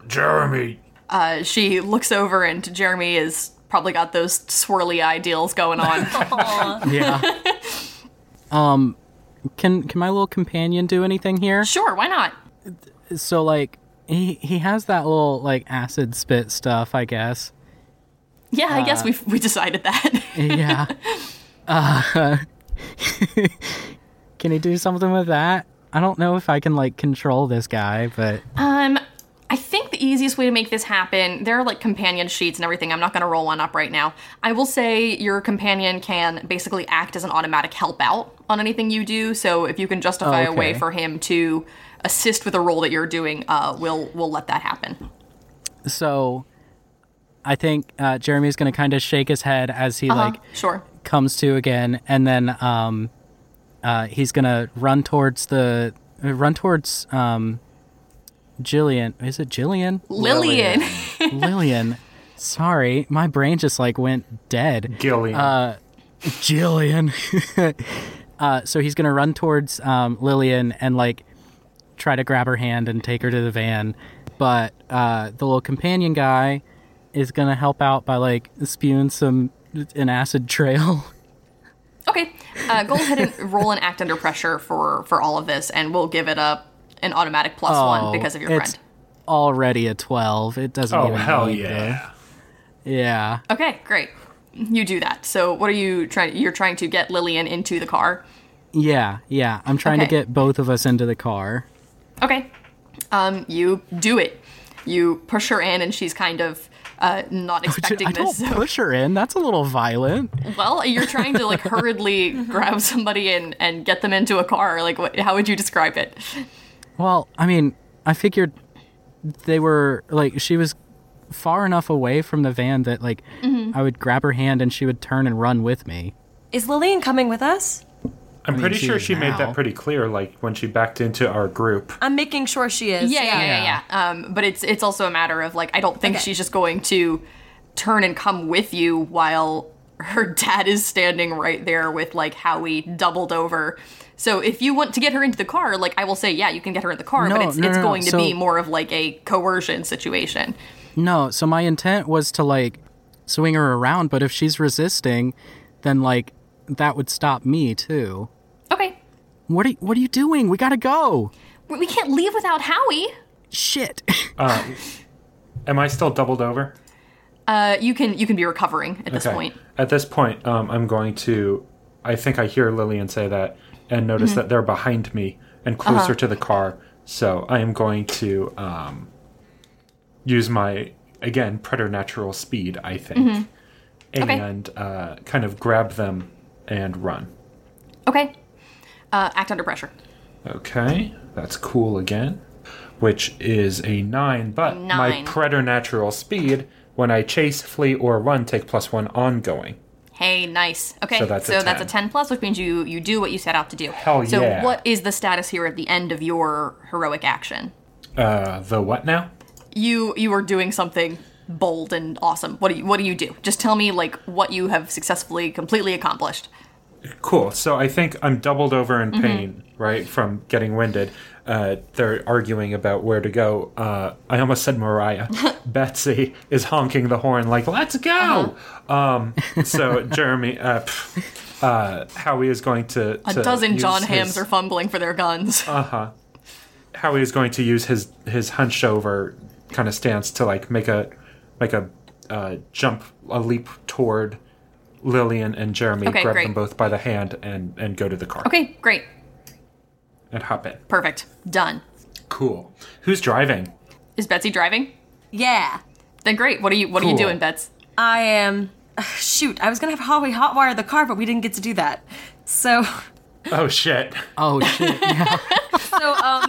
Speaker 5: Jeremy,
Speaker 1: Uh, she looks over and Jeremy is probably got those swirly ideals going on.
Speaker 2: Yeah. um, can can my little companion do anything here?
Speaker 1: sure, why not?
Speaker 2: So like he he has that little like acid spit stuff, I guess.
Speaker 1: Yeah, I guess we we decided that. <laughs>
Speaker 2: Yeah. uh, <laughs> can he do something with that? I don't know if I can like control this guy, but
Speaker 1: Um, I think the easiest way to make this happen, there are like companion sheets and everything. I'm not going to roll one up right now. I will say your companion can basically act as an automatic help out on anything you do. So if you can justify a way
Speaker 2: Okay.
Speaker 1: for him to assist with a role that you're doing, uh, we'll we'll let that happen.
Speaker 2: so I think uh, Jeremy's gonna kind of shake his head as he
Speaker 1: Uh-huh,
Speaker 2: like
Speaker 1: sure.
Speaker 2: comes to again, and then um, uh, he's gonna run towards the uh, run towards um, Jillian. Is it Jillian?
Speaker 1: Lillian. <laughs>
Speaker 2: Lillian. Sorry, my brain just like went dead.
Speaker 4: Gillian.
Speaker 2: Jillian. <laughs> uh, so he's gonna run towards um, Lillian and like try to grab her hand and take her to the van, but uh, the little companion guy is gonna help out by like spewing some an acid trail.
Speaker 1: Okay, uh, go ahead and roll and act under pressure for for all of this, and we'll give it a an automatic plus one
Speaker 2: <laughs> Oh,
Speaker 1: because of your
Speaker 2: it's
Speaker 1: friend.
Speaker 2: Already a twelve. It doesn't.
Speaker 4: oh
Speaker 2: even
Speaker 4: hell
Speaker 2: need
Speaker 4: yeah!
Speaker 2: to- yeah.
Speaker 1: Okay, great. You do that. So, what are you trying? You're trying to get Lillian into the car.
Speaker 2: Yeah. Yeah. I'm trying
Speaker 1: Okay.
Speaker 2: to get both of us into the car.
Speaker 1: Okay. Um, you do it. You push her in, and she's kind of uh, not expecting
Speaker 2: I don't
Speaker 1: this. So,
Speaker 2: push her in. That's a little violent.
Speaker 1: <laughs> well, you're trying to
Speaker 2: <laughs>
Speaker 1: like hurriedly grab somebody and and get them into a car. Like, what, how would you describe it?
Speaker 2: Well, I mean, I figured they were like she was far enough away from the van that like I would grab her hand and she would turn and run with me.
Speaker 3: Is Lillian coming with us?
Speaker 4: I'm pretty
Speaker 2: she
Speaker 4: sure
Speaker 2: is
Speaker 4: she made
Speaker 2: now.
Speaker 4: that pretty clear, like when she backed into our group.
Speaker 3: I'm making sure she is.
Speaker 1: Yeah, yeah, yeah, yeah.
Speaker 2: Yeah.
Speaker 1: Um, but it's it's also a matter of like I don't think
Speaker 3: Okay.
Speaker 1: she's just going to turn and come with you while her <laughs> dad is standing right there with like Howie doubled over. So if you want to get her into the car, like I will say, yeah, you can get her in the car, but
Speaker 2: No,
Speaker 1: it's
Speaker 2: no,
Speaker 1: it's
Speaker 2: no, no.
Speaker 1: going to be
Speaker 2: So-
Speaker 1: more of like a coercion situation.
Speaker 2: No, so my intent was to like swing her around, but if she's resisting, then like that would stop me too.
Speaker 1: Okay,
Speaker 2: What are you, what are you doing? We gotta go.
Speaker 1: we we can't leave without Howie.
Speaker 2: Shit. <laughs>
Speaker 4: Am I still doubled over?
Speaker 1: Uh, you can you can be recovering at this point.
Speaker 4: At this point, um, I'm going to. I think I hear Lillian say that and notice
Speaker 1: Mm-hmm.
Speaker 4: that they're behind me and closer
Speaker 1: Uh-huh.
Speaker 4: to the car. So I am going to um, use my, again, preternatural speed, I think,
Speaker 1: Mm-hmm. Okay.
Speaker 4: and uh, kind of grab them and run.
Speaker 1: Okay, uh, act under pressure.
Speaker 4: Okay, that's cool again, which is a nine, but my
Speaker 1: Nine.
Speaker 4: preternatural speed, when I chase, flee, or run, take plus one ongoing.
Speaker 1: Hey, nice. Okay, so
Speaker 4: So
Speaker 1: that's,
Speaker 4: that's
Speaker 1: a, 10.
Speaker 4: a 10
Speaker 1: plus, which means you you do what you set out to do.
Speaker 4: Hell
Speaker 1: so
Speaker 4: yeah.
Speaker 1: what is the status here at the end of your heroic action?
Speaker 4: Uh, the what now?
Speaker 1: You you are doing something bold and awesome. What do you what do you do? Just tell me like what you have successfully completely accomplished.
Speaker 4: Cool. So I think I'm doubled over
Speaker 1: Mm-hmm.
Speaker 4: in pain, right, from getting winded. Uh, they're arguing about where to go. Uh, I almost said
Speaker 1: <laughs>
Speaker 4: Mariah. Betsy is honking the horn like, "Let's go!"
Speaker 1: Uh-huh.
Speaker 4: Um, so Jeremy, uh, pff, uh, Howie is going to,
Speaker 1: A
Speaker 4: to
Speaker 1: dozen
Speaker 4: use
Speaker 1: John
Speaker 4: his- Uh.
Speaker 1: Hams are fumbling for their guns.
Speaker 4: Howie is going to use his his hunched over kind of stance to like make a make a uh, jump a leap toward Lillian and Jeremy,
Speaker 1: Okay,
Speaker 4: grab
Speaker 1: great.
Speaker 4: them both by the hand, and and go to the car
Speaker 1: okay, great.
Speaker 4: and hop in.
Speaker 1: Perfect. Done.
Speaker 4: Cool. Who's driving?
Speaker 1: Is Betsy driving?
Speaker 3: Yeah.
Speaker 1: Then great. What are you what are you
Speaker 4: Cool.
Speaker 1: doing, Bets?
Speaker 3: I am shoot, I was gonna have Howie hotwire the car, but we didn't get to do that. So, <laughs>
Speaker 4: Oh shit.
Speaker 2: Oh shit! Yeah.
Speaker 3: so um,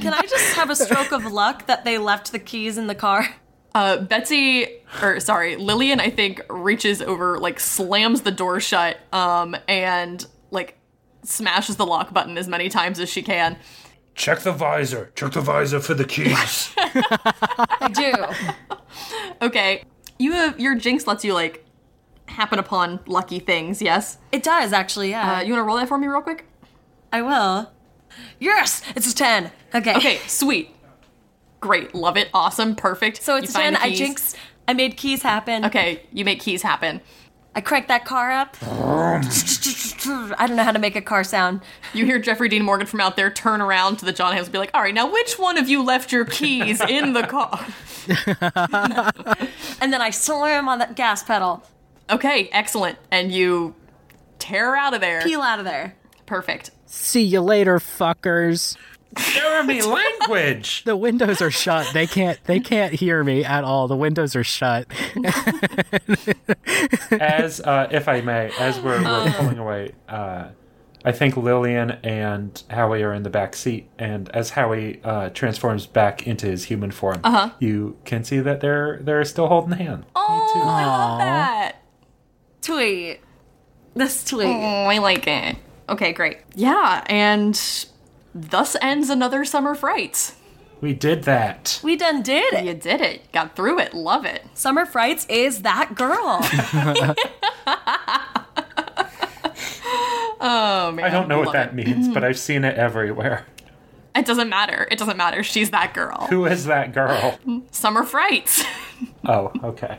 Speaker 3: can I just have a stroke of luck that they left the keys in the car?
Speaker 1: Uh, Betsy, or sorry, Lillian, I think reaches over, like slams the door shut, um, and like smashes the lock button as many times as she can.
Speaker 5: Check the visor. Check the visor for the keys.
Speaker 3: I do.
Speaker 1: Okay, you have your jinx lets you like happen upon lucky things. Yes,
Speaker 3: It does actually. Yeah,
Speaker 1: uh, you want to roll that for me real quick?
Speaker 3: I will. Yes, it's a ten. Okay.
Speaker 1: Okay, sweet, great, love it, awesome, perfect.
Speaker 3: So it's
Speaker 1: You
Speaker 3: a
Speaker 1: find the
Speaker 3: ten. I
Speaker 1: keys.
Speaker 3: jinxed. I made keys happen.
Speaker 1: Okay, you make keys happen.
Speaker 3: I cranked that car
Speaker 1: <laughs>
Speaker 3: up. I don't know how to make a car sound.
Speaker 1: You hear Jeffrey Dean Morgan from out there turn around to the John Hales and be like, all right, now which one of you left your keys in the car?
Speaker 3: And then I slam on that gas pedal.
Speaker 1: Okay, excellent. And you tear out of there.
Speaker 3: Peel out of there.
Speaker 1: Perfect.
Speaker 2: See you later, fuckers.
Speaker 4: Jeremy language.
Speaker 2: The windows are shut. They can't. They can't hear me at all. The windows are shut.
Speaker 4: <laughs> As uh, if I may, as we're, we're
Speaker 1: Oh.
Speaker 4: pulling away, uh, I think Lillian and Howie are in the back seat, and as Howie uh, transforms back into his human form, you can see that they're they're still holding hands.
Speaker 1: Uh-huh. Oh, I love that.
Speaker 3: Tweet. This tweet.
Speaker 1: Oh, I like it. Okay, great. Yeah, and thus ends another Summer Frights.
Speaker 4: We did that.
Speaker 3: We done did it.
Speaker 1: You did it. Got through it. Love it.
Speaker 3: Summer Frights is that girl.
Speaker 1: Oh, man.
Speaker 4: I don't know
Speaker 1: love
Speaker 4: what that means, but I've seen it everywhere. <laughs>
Speaker 1: It. it doesn't matter. It doesn't matter. She's that girl. <laughs>
Speaker 4: Who is that girl?
Speaker 1: Summer Frights. <laughs>
Speaker 4: Oh, okay.